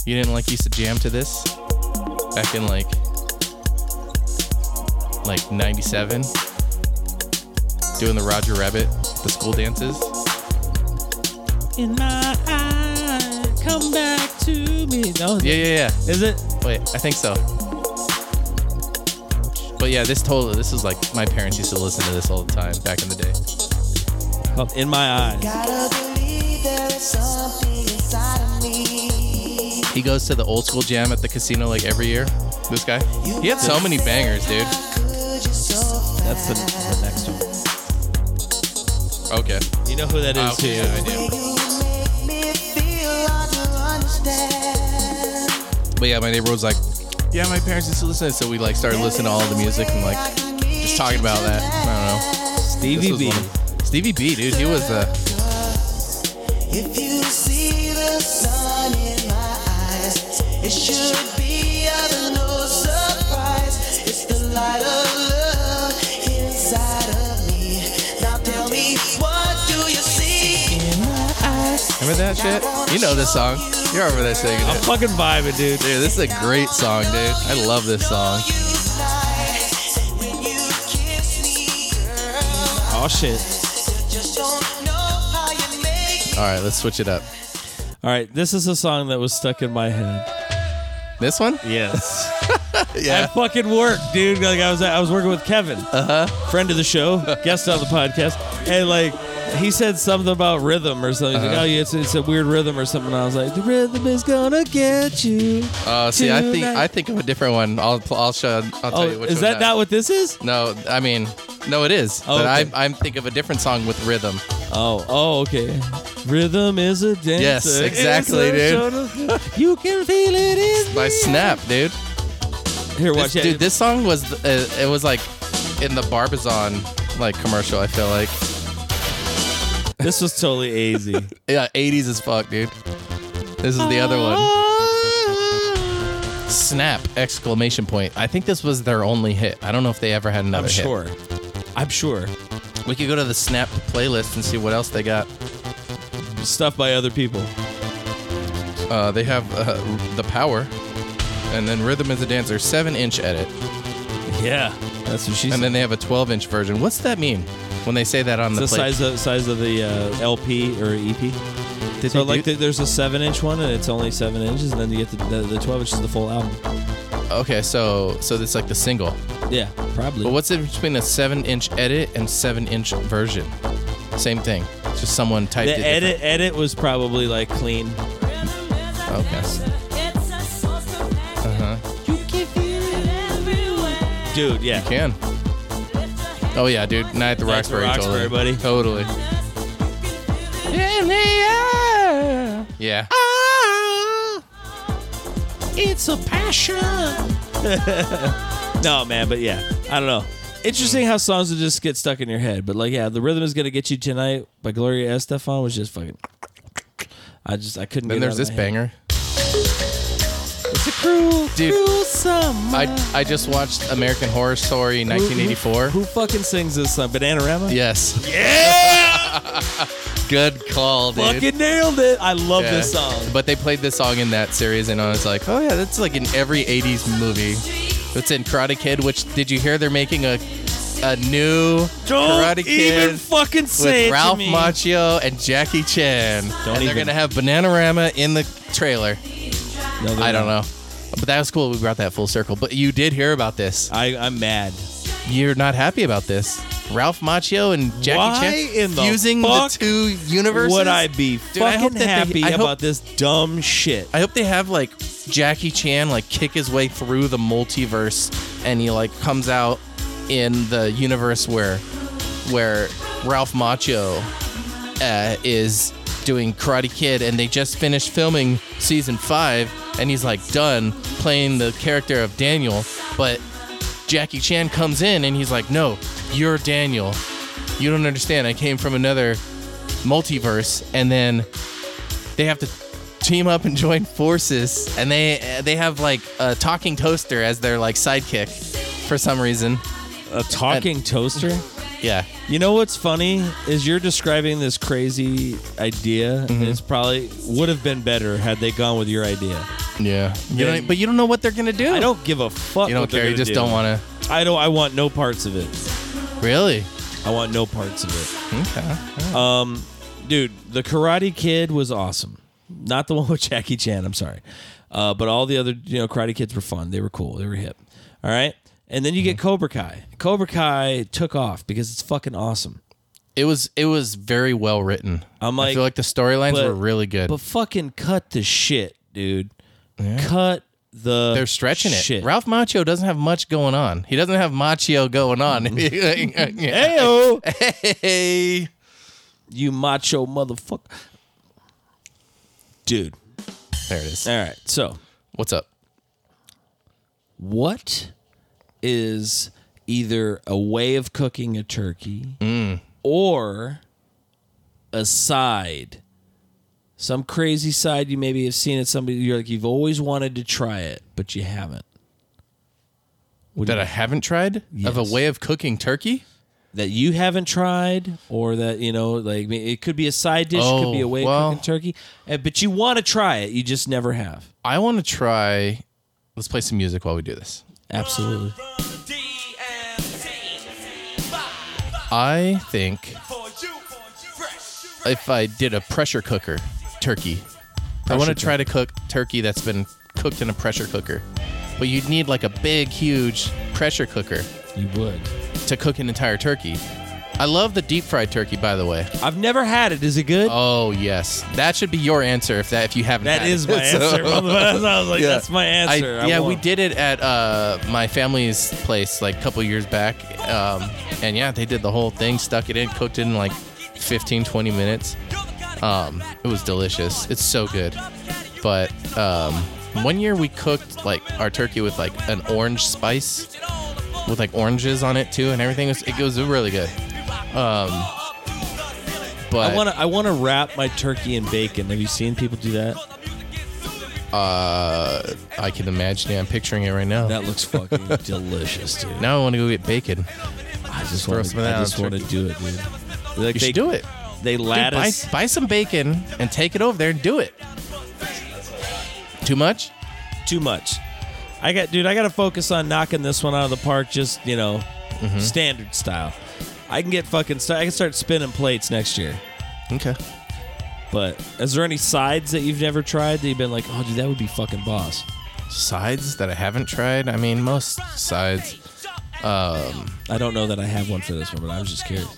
S2: You didn't like used to jam to this back in like like '97, doing the Roger Rabbit, the school dances.
S1: In my eye, come back to me. No,
S2: Yeah, yeah, yeah.
S1: Is it?
S2: Wait, I think so. But yeah, this totally. This is like my parents used to listen to this all the time back in the day.
S1: called in my eyes.
S6: Gotta believe there is something inside of me.
S2: He goes to the old school jam at the casino like every year. This guy, he had so many bangers, dude.
S6: Could you so
S1: That's the, the next one.
S2: Okay.
S1: You know who that is,
S2: Ah, okay,
S1: too.
S2: yeah, I do.
S6: make me feel hard to understand?
S2: But yeah, my neighbor was like, "Yeah, my parents used to listen," so we like started listening to all the music and like just talking about that. I don't know.
S1: Stevie
S2: This was
S1: B.
S2: one of- Stevie B, dude, he was uh,
S6: If you see the sun in my eyes, it should be out of no surprise. It's the light of love inside of me. Now tell me, what do you see in my eyes?
S2: Remember that shit? You know this song. You're over there singing I'm
S1: fucking vibing, dude.
S2: Dude, this is a great song, dude. I love this song.
S1: Oh, shit.
S2: All right, let's switch it up.
S1: All right, this is a song that was stuck in my head.
S2: This one?
S1: Yes.
S2: yeah.
S1: I fucking work, dude. Like I was, I was working with Kevin,
S2: Uh-huh.
S1: uh huh, friend of the show, guest on the podcast, and like he said something about rhythm or something. He's like,
S2: Uh-huh.
S1: oh yeah, it's, it's a weird rhythm or something. And I was like, the rhythm is gonna get you.
S2: Uh, see, I think
S1: tonight."
S2: I think of a different one. I'll pl- I'll show. I'll tell
S1: Oh,
S2: you which
S1: is
S2: one
S1: that not what this is?
S2: No, I mean, no, it is.
S1: Oh,
S2: but
S1: okay.
S2: I I think of a different song with rhythm.
S1: Oh, oh, okay. Rhythm is a dancer.
S2: Yes, exactly,
S1: It's a
S2: dude.
S1: shoulder- you can feel it in
S2: By Snap, dude.
S1: Here,
S2: This-
S1: watch it.
S2: Dude, this song was uh, it was like in the Barbizon like commercial. I feel like.
S1: This was totally easy.
S2: yeah, 80s as fuck, dude. This is the other one. Snap! Exclamation point. I think this was their only hit. I don't know if they ever had another
S1: I'm
S2: hit.
S1: sure. I'm sure.
S2: We could go to the Snap playlist and see what else they got.
S1: Stuff by other people.
S2: Uh, they have uh, The Power, and then Rhythm is a Dancer, 7 inch edit.
S1: Yeah, that's what she
S2: And then they have a 12 inch version. What's that mean when they say that on the,
S1: It's the
S2: play-
S1: size of size of the uh, LP or EP. so
S2: they
S1: like
S2: do-
S1: th- there's a seven inch one and it's only seven inches, and then you get the, the, the twelve inch is the full album.
S2: Okay, so so it's like the single.
S1: Yeah, probably.
S2: But what's the difference between a 7 inch edit and 7 inch version? Same thing. It's Just someone typed
S1: the
S2: it.
S1: edit edit was probably like clean.
S2: different. Okay. Uh huh.
S1: Dude, yeah. You
S2: can. Oh, yeah, dude. Night at the
S1: Night at the
S2: Roxbury.
S1: Roxbury,
S2: totally. buddy. Totally.
S1: In the
S2: Yeah.
S1: Ah!
S6: It's a passion.
S1: no, man, but yeah, I don't know. Interesting how songs will just get stuck in your head, but like, yeah, the rhythm is gonna get you tonight by Gloria Estefan was just fucking. I just I couldn't.
S2: Then
S1: get it
S2: there's this
S1: out of my head.
S2: banger.
S1: It's a cruel,
S2: Dude.
S1: cruel summer.
S2: I I just watched American Horror Story 1984.
S1: Who, fucking sings this song? Bananarama.
S2: Yes.
S1: Yeah.
S2: Good call, dude.
S1: fucking nailed it. I love
S2: Yeah.
S1: this song.
S2: But they played this song in that series, and I was like, oh yeah, that's like in every '80s movie. It's in Karate Kid. Which did you hear? They're making a a new
S1: Don't
S2: Karate Kid
S1: even fucking
S2: with
S1: say it to
S2: Ralph
S1: me.
S2: Macchio and Jackie Chan. and they're
S1: even.
S2: gonna have Bananarama in the trailer.
S1: No, they're
S2: I don't
S1: not.
S2: know. But that was cool. We brought that full circle. But you did hear about this.
S1: I, I'm mad.
S2: You're not happy about this. Ralph Macchio and Jackie
S1: Why
S2: Chan
S1: in the
S2: fusing
S1: fuck
S2: the two universes.
S1: Would I be
S2: Dude, I hope
S1: fucking
S2: that they-
S1: happy
S2: I hope-
S1: about this dumb shit?
S2: I hope they have like Jackie Chan like kick his way through the multiverse and he like comes out in the universe where where Ralph Macchio uh, is doing Karate Kid and they just finished filming season 5 and he's like done playing the character of Daniel but Jackie Chan comes in and he's like no you're Daniel you don't understand I came from another multiverse and then they have to team up and join forces and they they have like a talking toaster as their like sidekick for some reason
S1: a talking toaster
S2: yeah
S1: You know what's funny is you're describing this crazy idea.
S2: Mm-hmm.
S1: And it's probably would have been better had they gone with your idea.
S2: yeah you
S1: Yeah.
S2: don't, e, but you don't know what they're gonna do
S1: I don't give a fuck.
S2: You don't
S1: what they're
S2: care, you
S1: gonna
S2: just
S1: do.
S2: don't wanna-
S1: I don't. I want no parts of it.
S2: Really?
S1: I want no parts of it.
S2: okay
S1: Um, dude, the Karate Kid was awesome. Not the one with Jackie Chan. I'm sorry, uh, but all the other you know Karate Kids were fun. They were cool. They were hip. All right, and then you
S2: Mhm.
S1: get Cobra Kai. Cobra Kai took off because it's fucking awesome.
S2: it was it was very well written
S1: I'm
S2: i
S1: like,
S2: feel like the storylines
S1: but-
S2: were really good
S1: But fucking cut the shit, dude. Cut the.
S2: they're stretching it
S1: shit.
S2: ralph macchio doesn't have much going on he doesn't have macchio going on
S1: Hey-o.
S2: hey
S1: You macho motherfucker. Dude.
S2: There it is.
S1: All right. So,
S2: what's up?
S1: What is either a way of cooking a turkey
S2: Mm.
S1: or a side? Some crazy side you maybe have seen at somebody you're like you've always wanted to try it, but you haven't.
S2: that i haven't tried of a way of cooking turkey
S1: that you haven't tried or that you know like I mean, it could be a side dish it could be
S2: Oh,
S1: a way
S2: well.
S1: of cooking turkey uh, but you want to try it you just never have
S2: i want to try let's play some music while we do this
S1: absolutely
S2: I think if I did a pressure cooker turkey, I want to
S1: Pressure
S2: try to cook turkey that's been cooked in a pressure cooker. But you'd need like a big, huge pressure cooker.
S1: You would.
S2: To cook an entire turkey. I love the deep fried turkey, by the way.
S1: I've never had it. Is it good?
S2: Oh yes, that should be your answer if that if you haven't.
S1: That
S2: had
S1: is
S2: it.
S1: my answer. I was like, that's my answer. I
S2: yeah,
S1: want-
S2: we did it at uh, my family's place like a couple years back, um, and yeah, they did the whole thing, stuck it in, cooked it in like 15, 20 minutes. Um, it was delicious. It's so good. But um, one year we cooked like our turkey with like an orange spice, with like oranges on it too, and everything was it was really good. Um, but
S1: I want to I want to wrap my turkey in bacon. Have you seen people do that?
S2: Uh, I can imagine. it. I'm picturing it right now.
S1: That looks fucking delicious, dude.
S2: Now I want to go get bacon.
S1: I just
S2: Throw
S1: want
S2: some of
S1: to
S2: that
S1: I
S2: on
S1: just want to
S2: turkey.
S1: do it, dude. Like
S2: you
S1: they-
S2: should do it.
S1: They
S2: Dude,
S1: lattice.
S2: buy, buy some bacon and take it over there and do it. Too much?
S1: Too much. I got, dude. I got to focus on knocking this one out of the park. Just you know,
S2: Mm-hmm.
S1: standard style. I can get fucking. St- I can start spinning plates next year.
S2: Okay.
S1: But is there any sides that you've never tried that you've been like, oh, dude, that would be fucking boss?
S2: Sides that I haven't tried. I mean, most sides. Um,
S1: I don't know that I have one for this one, but I was just curious.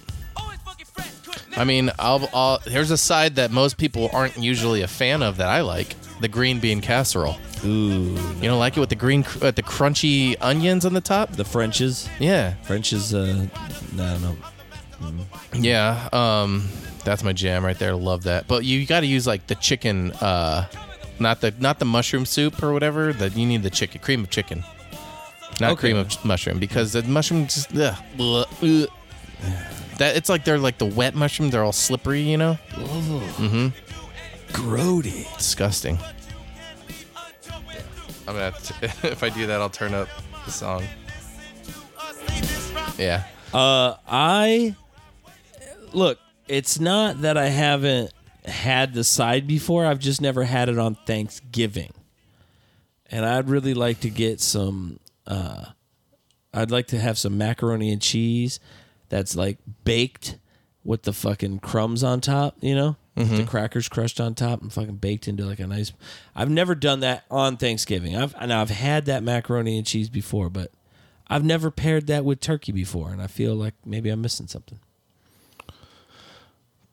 S2: I mean, I'll, I'll, here's a side that most people aren't usually a fan of that I like: the green bean casserole.
S1: Ooh.
S2: You don't like it with the green, cr- with the crunchy onions on the top?
S1: The French's.
S2: Yeah.
S1: French's. Uh, no, I don't know.
S2: Yeah. Um, That's my jam right there. Love that. But you got to use like the chicken, uh, not the not the mushroom soup or whatever. That you need the chicken cream of chicken, not
S1: Okay.
S2: cream of ch- mushroom because the mushroom just ugh, bleh, ugh. that it's like they're like the wet mushroom. They're all slippery, you know. Mm-hmm.
S1: Grody.
S2: Disgusting. I'm gonna have to, if I do that, I'll turn up the song. Yeah.
S1: Uh, I look. It's not that I haven't had the side before. I've just never had it on Thanksgiving, and I'd really like to get some. Uh, I'd like to have some macaroni and cheese that's like baked with the fucking crumbs on top. You know, with the
S2: Mhm.
S1: crackers crushed on top and fucking baked into like a nice. I've never done that on Thanksgiving. I've and I've had that macaroni and cheese before, but I've never paired that with turkey before, and I feel like maybe I'm missing something.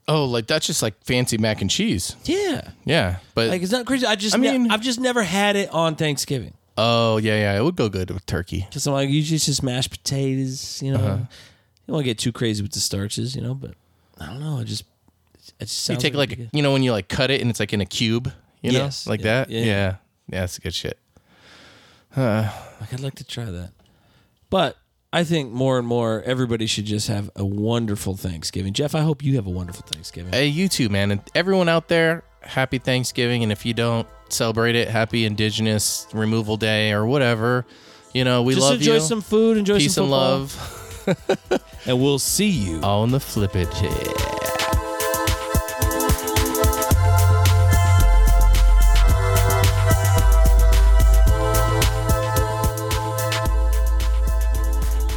S2: Oh, like that's just like fancy mac and cheese.
S1: Yeah,
S2: Yeah, but
S1: like it's not crazy. I just
S2: I
S1: I
S2: mean-
S1: mean, I've just never had it on Thanksgiving
S2: oh yeah, yeah, it would go good with turkey.
S1: because I'm like usually it's just mashed potatoes. You know,
S2: Uh-huh.
S1: you don't want to get too crazy with the starches. You know, but I don't know. I just it just
S2: you
S1: sounds
S2: take
S1: like,
S2: like
S1: it'd be
S2: you know when you like cut it and it's like in a cube, you know,
S1: Yes.
S2: like
S1: Yeah.
S2: that.
S1: Yeah,
S2: Yeah.
S1: yeah.
S2: yeah, that's good shit. Uh,
S1: good. like I'd like to try that, but. I think more and more everybody should just have a wonderful Thanksgiving. Jeff, I hope you have a wonderful Thanksgiving.
S2: hey, you too, man, and everyone out there, happy Thanksgiving, and if you don't celebrate it, happy Indigenous Removal Day or whatever. You know, we
S1: just
S2: love
S1: enjoy
S2: you.
S1: some food, enjoy
S2: Peace
S1: some
S2: and
S1: football.
S2: love,
S1: and we'll see you
S2: on the flip it.